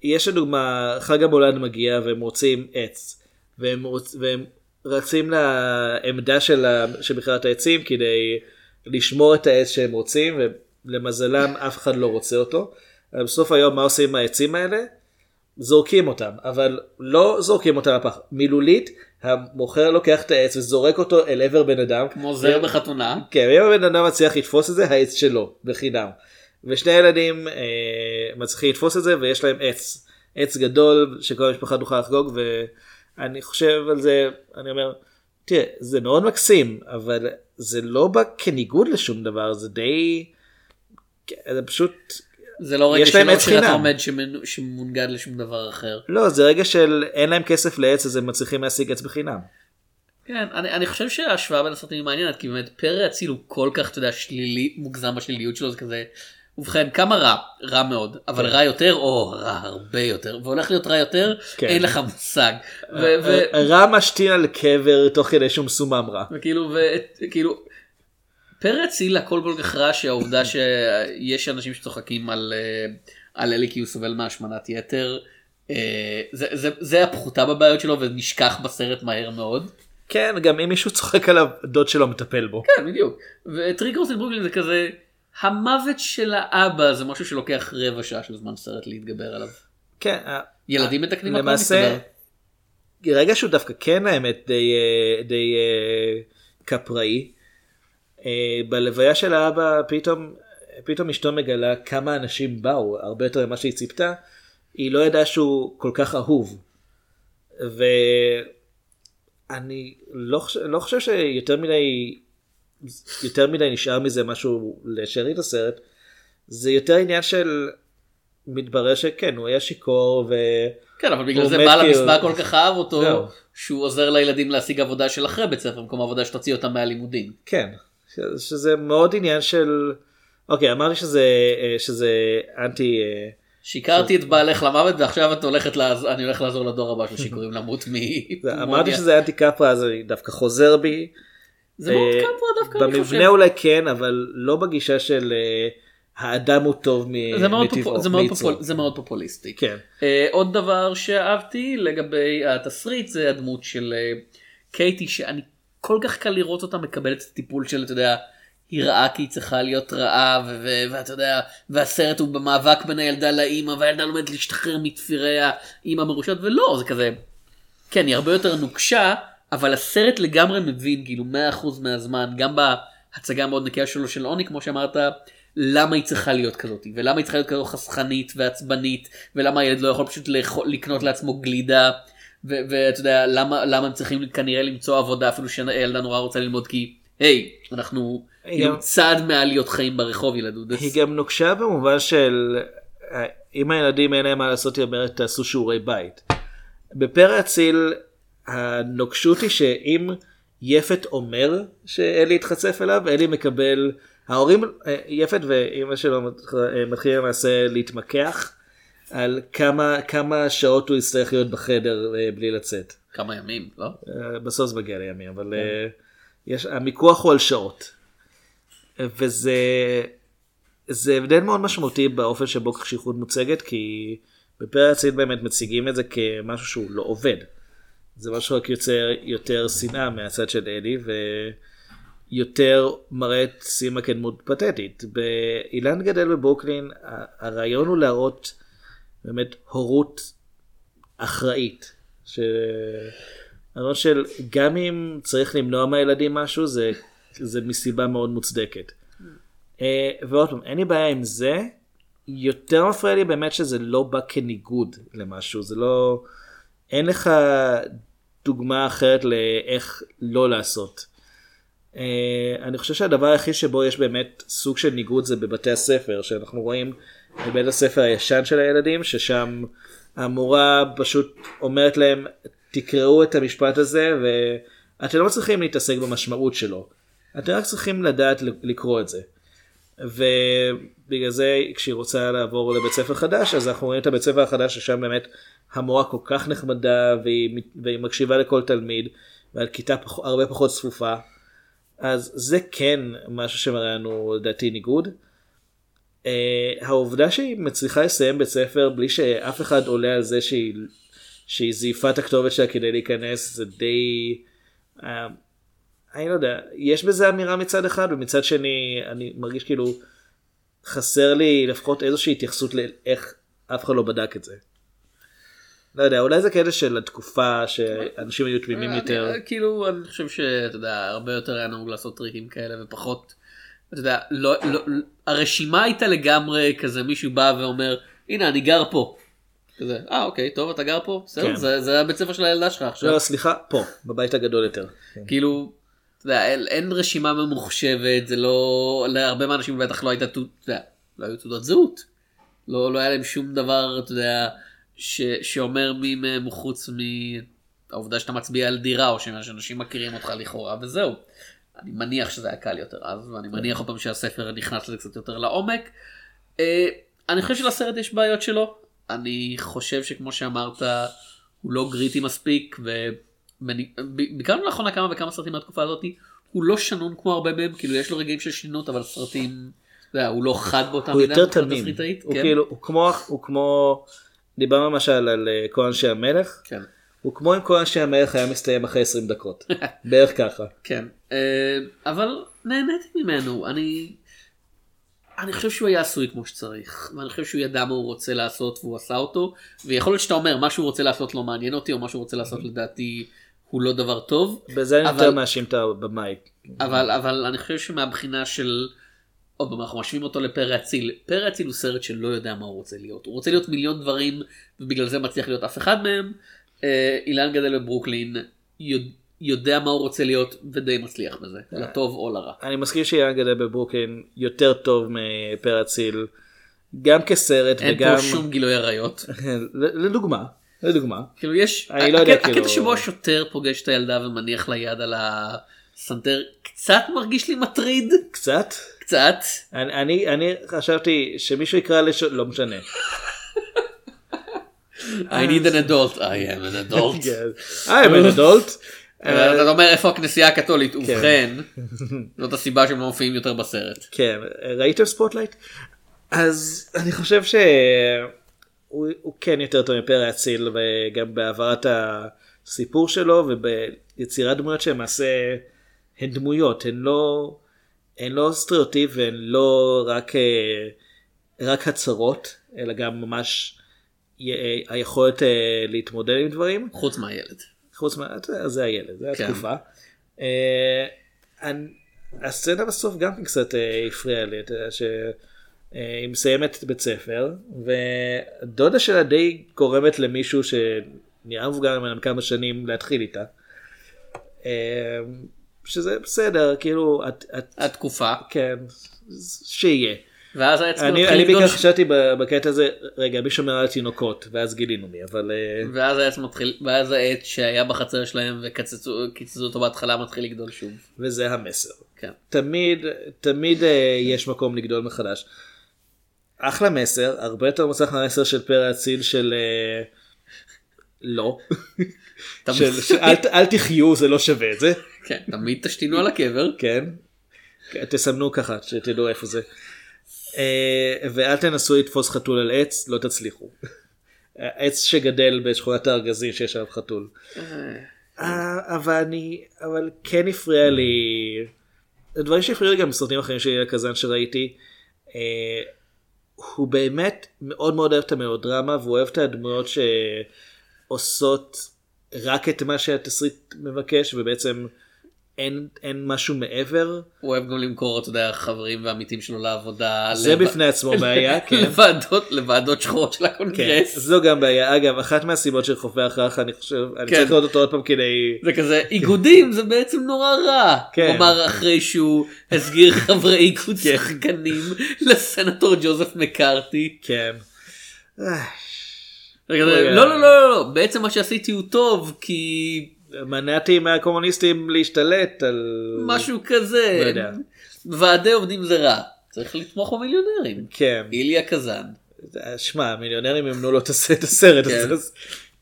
יש לדוגמה חג המולד מגיע והם רוצים עץ והם, רוצ, והם רצים לעמדה של, ה- של מכירת העצים כדי לשמור את העץ שהם רוצים ולמזלם אף אחד לא רוצה אותו. אבל בסוף היום מה עושים עם העצים האלה? זורקים אותם, אבל לא זורקים אותם לפח. מילולית, המוכר לוקח את העץ וזורק אותו אל עבר בן אדם. כמו זר לא בחתונה. כן, אם הבן אדם מצליח לתפוס את זה, העץ שלו, בחינם. ושני ילדים אה, מצליחים לתפוס את זה, ויש להם עץ. עץ גדול שכל המשפחה תוכל לחגוג, ואני חושב על זה, אני אומר, תראה, זה מאוד מקסים, אבל זה לא בא כניגוד לשום דבר, זה די... זה פשוט זה לא רגע יש להם שלא עץ שירת חינם. עומד שמנ- שמונגד לשום דבר אחר. לא, זה רגע של אין להם כסף לעץ אז הם מצליחים להשיג עץ בחינם. כן, אני, אני חושב שההשוואה בין הסרטים היא מעניינת, כי באמת פרא אציל הוא כל כך, אתה יודע, שלילי, מוגזם בשליליות שלו, זה כזה, ובכן, כמה רע? רע מאוד, אבל רע יותר, או רע הרבה יותר, והולך להיות רע יותר, כן. אה, אין לך מושג. ו- ו- רע משתין על קבר תוך כדי שהוא מסומם רע. וכאילו, ו- כאילו, פרץ היא לכל כל כך רע שהעובדה שיש אנשים שצוחקים על, אה, על אלי כי הוא סובל מהשמנת יתר. אה, זה, זה, זה הפחותה בבעיות שלו ונשכח בסרט מהר מאוד. כן, גם אם מישהו צוחק עליו, דוד שלו מטפל בו. כן, בדיוק. וטריגרס אין ברוקלין זה כזה, המוות של האבא זה משהו שלוקח רבע שעה של זמן סרט להתגבר עליו. כן, ה- ילדים מתקנים הכל למעשה, מסתבר. רגע שהוא דווקא כן האמת די, אה, די אה, כפראי, אה, בלוויה של האבא פתאום, פתאום אשתו מגלה כמה אנשים באו, הרבה יותר ממה שהיא ציפתה, היא לא ידעה שהוא כל כך אהוב. ואני לא, חוש- לא חושב שיותר מדי, יותר מדי נשאר מזה משהו לשארית הסרט, זה יותר עניין של מתברר שכן, הוא היה שיכור ו... כן, אבל בגלל הוא זה מת בעל כי- המספר כל כך אהב זהו. אותו, שהוא עוזר לילדים להשיג עבודה של אחרי בית ספר במקום עבודה שתוציא אותם מהלימודים. כן, ש- שזה מאוד עניין של, אוקיי אמרתי שזה, אה, שזה אנטי, אה, שיקרתי את בעלך למוות ועכשיו את הולכת לעז... אני הולך לעזור לדור הבא של שיכורים למות מפומוניה. אמרתי שזה אנטי קפרה אז אני דווקא חוזר בי, זה מאוד אה, קפרה דווקא, אני חושב. במבנה אולי כן אבל לא בגישה של אה, האדם הוא טוב מ- זה מאוד מטבעו, פופול- זה מאוד מיצרו. פופול- זה מאוד פופוליסטי. כן, אה, עוד דבר שאהבתי לגבי התסריט זה הדמות של אה, קייטי שאני כל כך קל לראות אותה מקבלת את הטיפול של אתה יודע היא רעה כי היא צריכה להיות רעה ו- ו- ואתה יודע והסרט הוא במאבק בין הילדה לאימא והילדה לומדת להשתחרר מתפירי האימא מרושעת ולא זה כזה כן היא הרבה יותר נוקשה אבל הסרט לגמרי מבין כאילו 100% מהזמן גם בהצגה המאוד נקייה שלו של עוני כמו שאמרת למה היא צריכה להיות כזאת ולמה היא צריכה להיות כזו חסכנית ועצבנית ולמה הילד לא יכול פשוט לאכול- לקנות לעצמו גלידה ו- ואתה יודע למה למה הם צריכים כנראה למצוא עבודה אפילו שהילדה נורא רוצה ללמוד כי היי אנחנו היא כאילו גם- צעד מעל להיות חיים ברחוב ילדות. היא גם נוקשה במובן של אה, אם הילדים אין להם מה לעשות היא אומרת תעשו שיעורי בית. בפרא אציל הנוקשות היא שאם יפת אומר שאלי התחצף אליו אלי מקבל ההורים אה, יפת ואימא שלו מת- אה, מתחילים למעשה להתמקח על כמה כמה שעות הוא יצטרך להיות בחדר אה, בלי לצאת. כמה ימים לא? אה, בסוף זה מגיע לימים, אבל אה, יש, המיקוח הוא על שעות. אה, וזה זה הבדל מאוד משמעותי באופן שבו קשיחות מוצגת, כי בפרק הצעיר באמת מציגים את זה כמשהו שהוא לא עובד. זה משהו שרק יוצר יותר שנאה מהצד של אלי, ויותר מראה את סימה כדמות פתטית. באילן גדל בברוקלין, ה- הרעיון הוא להראות באמת הורות אחראית. ש... הרעיון של גם אם צריך למנוע מהילדים משהו, זה, זה מסיבה מאוד מוצדקת. אה, ועוד פעם, אין לי בעיה עם זה, יותר מפריע לי באמת שזה לא בא כניגוד למשהו, זה לא... אין לך דוגמה אחרת לאיך לא לעשות. אה, אני חושב שהדבר היחיד שבו יש באמת סוג של ניגוד זה בבתי הספר, שאנחנו רואים בבית הספר הישן של הילדים, ששם המורה פשוט אומרת להם, תקראו את המשפט הזה, ואתם לא צריכים להתעסק במשמעות שלו, אתם רק צריכים לדעת לקרוא את זה. ובגלל זה כשהיא רוצה לעבור לבית ספר חדש אז אנחנו רואים את הבית ספר החדש ששם באמת המורה כל כך נחמדה והיא, והיא מקשיבה לכל תלמיד והכיתה פח, הרבה פחות צפופה אז זה כן משהו שמראה לנו לדעתי ניגוד. Uh, העובדה שהיא מצליחה לסיים בית ספר בלי שאף אחד עולה על זה שהיא, שהיא זייפה את הכתובת שלה כדי להיכנס זה די אה, אני לא יודע, יש בזה אמירה מצד אחד, ומצד שני, אני מרגיש כאילו חסר לי לפחות איזושהי התייחסות לאיך אף אחד לא בדק את זה. לא יודע, אולי זה כאלה של התקופה שאנשים היו תמימים אני- יותר. אה, כאילו אני חושב שאתה יודע הרבה יותר היה נהוג לעשות טריקים כאלה ופחות. אתה יודע לא לא הרשימה הייתה לגמרי כזה מישהו בא ואומר הנה אני גר פה. כזה אה אוקיי טוב אתה גר פה כן. בסדר זה- זה הבית ספר של הילדה שלך עכשיו לא, סליחה, פה, בבית הגדול יותר. כאילו. אתה יודע, אין- אין רשימה ממוחשבת זה לא להרבה מהאנשים בטח לא הייתה תעוד- אתה יודע, לא היו תעודות זהות. לא לא היה להם שום דבר אתה יודע ש, שאומר מי מהם הוא חוץ מהעובדה שאתה מצביע על דירה או ש- שאנשים מכירים אותך לכאורה וזהו. אני מניח שזה היה קל יותר אז ואני כן. מניח עוד פעם שהספר נכנס לזה קצת יותר לעומק. אה, אני חושב שלסרט יש בעיות שלו אני חושב שכמו שאמרת הוא לא גריטי מספיק ובעיקר לאחרונה כמה וכמה סרטים מהתקופה הזאת הוא לא שנון כמו הרבה מהם, כאילו יש לו רגעים של שינות, אבל סרטים, אתה יודע, הוא לא חד באותה הוא מידה, יותר מבחינה תמים. תסריטאית, הוא כן, כאילו, הוא כמו, הוא כמו, דיברנו למשל על אה, כל אנשי המלך, כן. הוא כמו אם כל אנשי המלך היה מסתיים אחרי 20 [laughs] דקות. בערך ככה. כן, אה, אבל נהניתי ממנו, אני... אני חושב שהוא היה עשוי כמו שצריך, ואני חושב שהוא ידע מה הוא רוצה לעשות והוא עשה אותו, ויכול להיות שאתה אומר מה שהוא רוצה לעשות לא מעניין אותי, או מה שהוא רוצה לעשות לדעתי הוא לא דבר טוב, בזה אני אבל- יותר מאשים את הבמאי. אבל, אבל אני חושב שמהבחינה של, עוד פעם אנחנו משווים אותו לפרא אציל, פרא אציל הוא סרט שלא יודע מה הוא רוצה להיות, הוא רוצה להיות מיליון דברים ובגלל זה מצליח להיות אף אחד מהם, אה, אילן גדל בברוקלין יודע, יודע מה הוא רוצה להיות ודי מצליח בזה, אה. לטוב או לרע. אני מסכים שיאן גדל בברוקלין יותר טוב מפרציל, גם כסרט אין וגם, פה [laughs] שום גילוי עריות. לדוגמה, לדוגמה, כאילו יש, אני לא יודע, הקטע- כאילו- הקטע שבו השוטר פוגש את הילדה ומניח לה יד על הסנטר קצת מרגיש לי מטריד, קצת, קצת. אני, אני, אני חשבתי שמישהו יקרא לש... לא משנה. [laughs] אה, I need an adult, I am an [laughs] adult. כן. I am אה, an adult. אבל אתה אומר איפה הכנסייה הקתולית, אה, כן. [laughs] ובכן, זאת הסיבה שהם לא מופיעים יותר בסרט. כן, ראיתם ספוטלייט? אז אני חושב שהוא הוא כן יותר טוב מפרא אציל, וגם בהעברת הסיפור שלו וביצירת דמויות שהן למעשה, הן דמויות, הן לא, הן לא סטריאוטיפ והן לא רק, אה, רק הצהרות, אלא גם ממש י- אה, היכולת אה, להתמודד עם דברים. חוץ מהילד. חוץ מה... אתה יודע, זה הילד, זה כן. התקופה. אה, אני- הסצנה בסוף גם כן קצת אה, הפריעה לי, אתה יודע, שהיא מסיימת את בית ספר, ודודה שלה די גורמת למישהו שנראה מבוגר ממנה כמה שנים להתחיל איתה. אה, שזה בסדר, כאילו, את... את התקופה, כן, שיהיה. ואז היה צריך אני להתחיל אני בעיקר לגדול- חשבתי ב- בקטע הזה, רגע, מי שומר על התינוקות, ואז גילינו מי, אבל... אה, ואז היה צריך מתחיל, ואז העט שהיה בחצר שלהם וקיצצו אותו בהתחלה מתחיל לגדול שוב. וזה המסר. כן. תמיד, תמיד אה, יש מקום לגדול מחדש. אחלה מסר, הרבה יותר מוצלח מהמסר של פרא אציל של אה, [laughs] לא. אתה- של, של, אל, ת- אל תחיו, זה לא שווה את זה, [laughs] כן, תמיד תשתינו על הקבר. כן? תסמנו ככה, שתדעו איפה זה. אה, ואל תנסו לתפוס חתול על עץ, לא תצליחו. עץ שגדל בשכונת הארגזים שיש עליו חתול. אה, אבל אני, אבל כן הפריע לי, הדברים שהפריעו לי גם בסרטים אחרים של אייל קזן שראיתי, אה, הוא באמת מאוד מאוד אוהב את המלודרמה והוא אוהב את הדמויות שעושות רק את מה שהתסריט מבקש ובעצם אין, אין משהו מעבר, הוא אוהב גם למכור, אתה יודע, חברים ועמיתים שלו לעבודה. זה לב- בפני עצמו בעיה, כן. לוועדות, לוועדות שחורות של כן, הקונגרס. זו גם בעיה, אגב, אחת מהסיבות של חופי הכרח, אני חושב, אני כן. צריך לראות אותו עוד פעם כדי, זה כזה איגודים זה בעצם נורא רע. כן. הוא אמר אחרי שהוא [laughs] הסגיר חברי איגוד שחקנים לסנטור ג'וזף מקארתי. כן. אה, וכזה, אוי, לא אה. לא לא לא בעצם מה שעשיתי הוא טוב כי מנעתי מהקומוניסטים להשתלט על... משהו כזה. לא יודע. ועדי עובדים זה רע. צריך לתמוך במיליונרים. כן. איליה קזאן. שמע, מיליונרים ימנו לו את הס- את הסרט כן. הזה. אז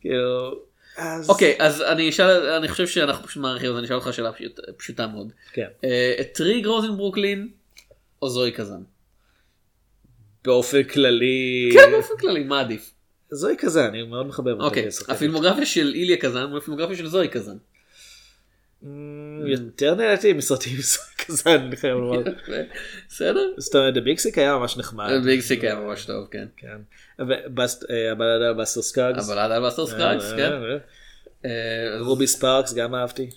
כאילו... אז- אוקיי אז אני אשאל אני חושב שאנחנו פשוט מעריכים אז אני אשאל אותך שאלה פשוט- פשוטה מאוד. כן. אה, את טריג רוזן ברוקלין או זוהי קזאן? אה. באופן כללי... כן באופן כללי מה עדיף? זוהי כזה, אני מאוד מחבב אותה. אוקיי כשחקנית. הפילמוגרפיה של איליה קזאן מול הפילמוגרפיה של זוהי קזאן. אמ, יותר נהניתי מסרטים [laughs] עם זוהי כזה, אני חייב לומר. כן. בסדר? אה, זאת אומרת, הביגסיק היה ממש נחמד. ביג סיק לא- היה ממש טוב כן. כן. ובאסט- אה, הבלדה על באסטר סקאגס. אבל עד אלבאסטר סקאגס אה, כן. אה, אה. אה, אז רובי ספארקס, גם אהבתי.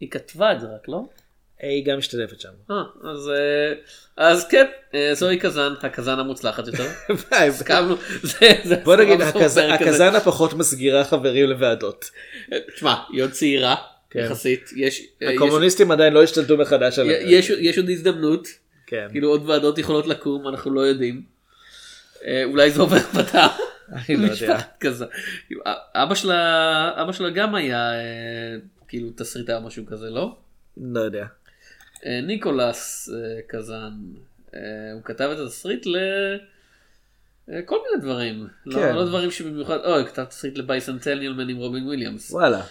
היא כתבה את זה רק לא? אה, היא גם משתתפת [laughs] שם. אה, אז אה, אז כן אה, זוהי קזאן הקזאן המוצלחת [laughs] יותר. הסכמנו. זה- זה בוא נגיד, הסכמנו הקז- בפרק הזה. הקזאן הפחות מסגירה חברים לוועדות. אה, תשמע, היא עוד צעירה, כן. יחסית, יש- יש- הקומוניסטים עדיין לא השתלטו מחדש על יש יש עוד הזדמנות, כן. כאילו עוד ועדות יכולות לקום, אנחנו לא יודעים. אה, אולי זה עובר בתא. אני לא יודע. משפחת כזה. כאילו, א- אבא שלה, אבא שלה גם היה אה, כאילו תסריטה או משהו כזה, לא? לא יודע. אה, ניקולס אה, קזאן, אה, הוא כתב את התסריט ל... אה, כל מיני כן. דברים, לא, לא דברים שבמיוחד, אוי, כתב תסריט לבייסנטניאל מן עם רובין וויליאמס, וואלה.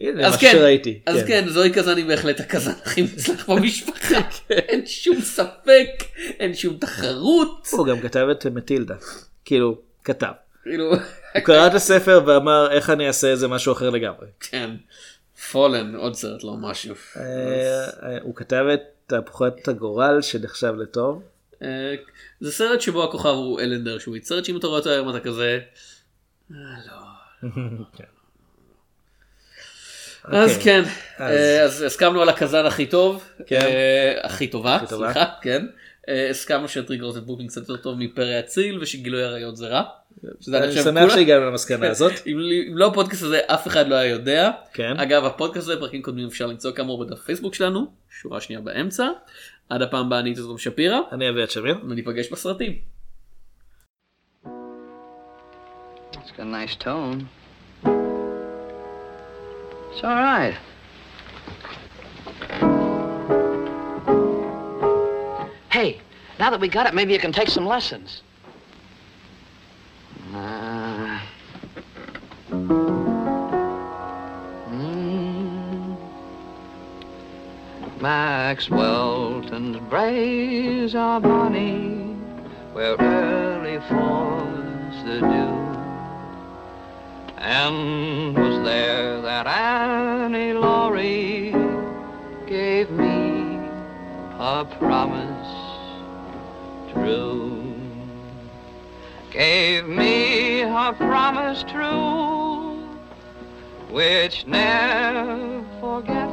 הנה, אז מה כן, שראיתי. אז כן, זוהי קזאני בהחלט הקזאן [laughs] הכי מוצלח במשפחה, כן. אין שום ספק, אין שום תחרות, הוא גם כתב את אה, מטילדה. כאילו, כתב. כאילו, [laughs] הוא קרא את הספר ואמר, איך אני אעשה איזה משהו אחר [laughs] לגמרי. כן, פולן, עוד סרט לא משהו. אה, אה, הוא כתב את תהפוכת הגורל שנחשב לטוב. אה, זה סרט שבו הכוכב הוא אלן דרשוביץ, סרט שאם אתה רואה אותו היום אתה כזה, "אה, לא. אז כן. אוקיי. כן, אז- אה, אז הסכמנו על הקזאן הכי טוב, כן. אה, הכי טובה, הכי טובה. סליחה, כן. אה, הסכמנו שטריגרס וקבוקינג קצת יותר טוב מפרא אציל ושגילוי עריות זה רע. שזה אני חושב שמח כולם- שהגענו למסקנה הזאת. אם אם לא הפודקאסט הזה אף אחד לא היה יודע. כן. אגב הפודקאסט הזה פרקים קודמים אפשר למצוא כאמור בדף פייסבוק שלנו, שורה שנייה באמצע. עד הפעם הבאה אני הייתי זרום שפירא, אני אביעד שמיר. וניפגש בסרטים. It's got a nice tone. It's all right. Hey, now that we got it, maybe you can take some lessons. Uh, mm, Max Welton's braids are bonny, where early falls the dew. And was there that Annie Laurie gave me a promise true? Gave me a promise true, which ne'er forget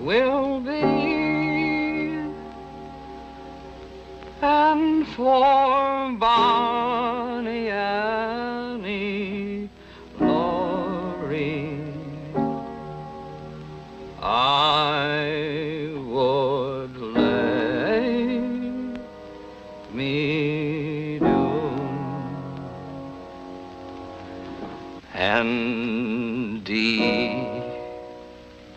will be. And for by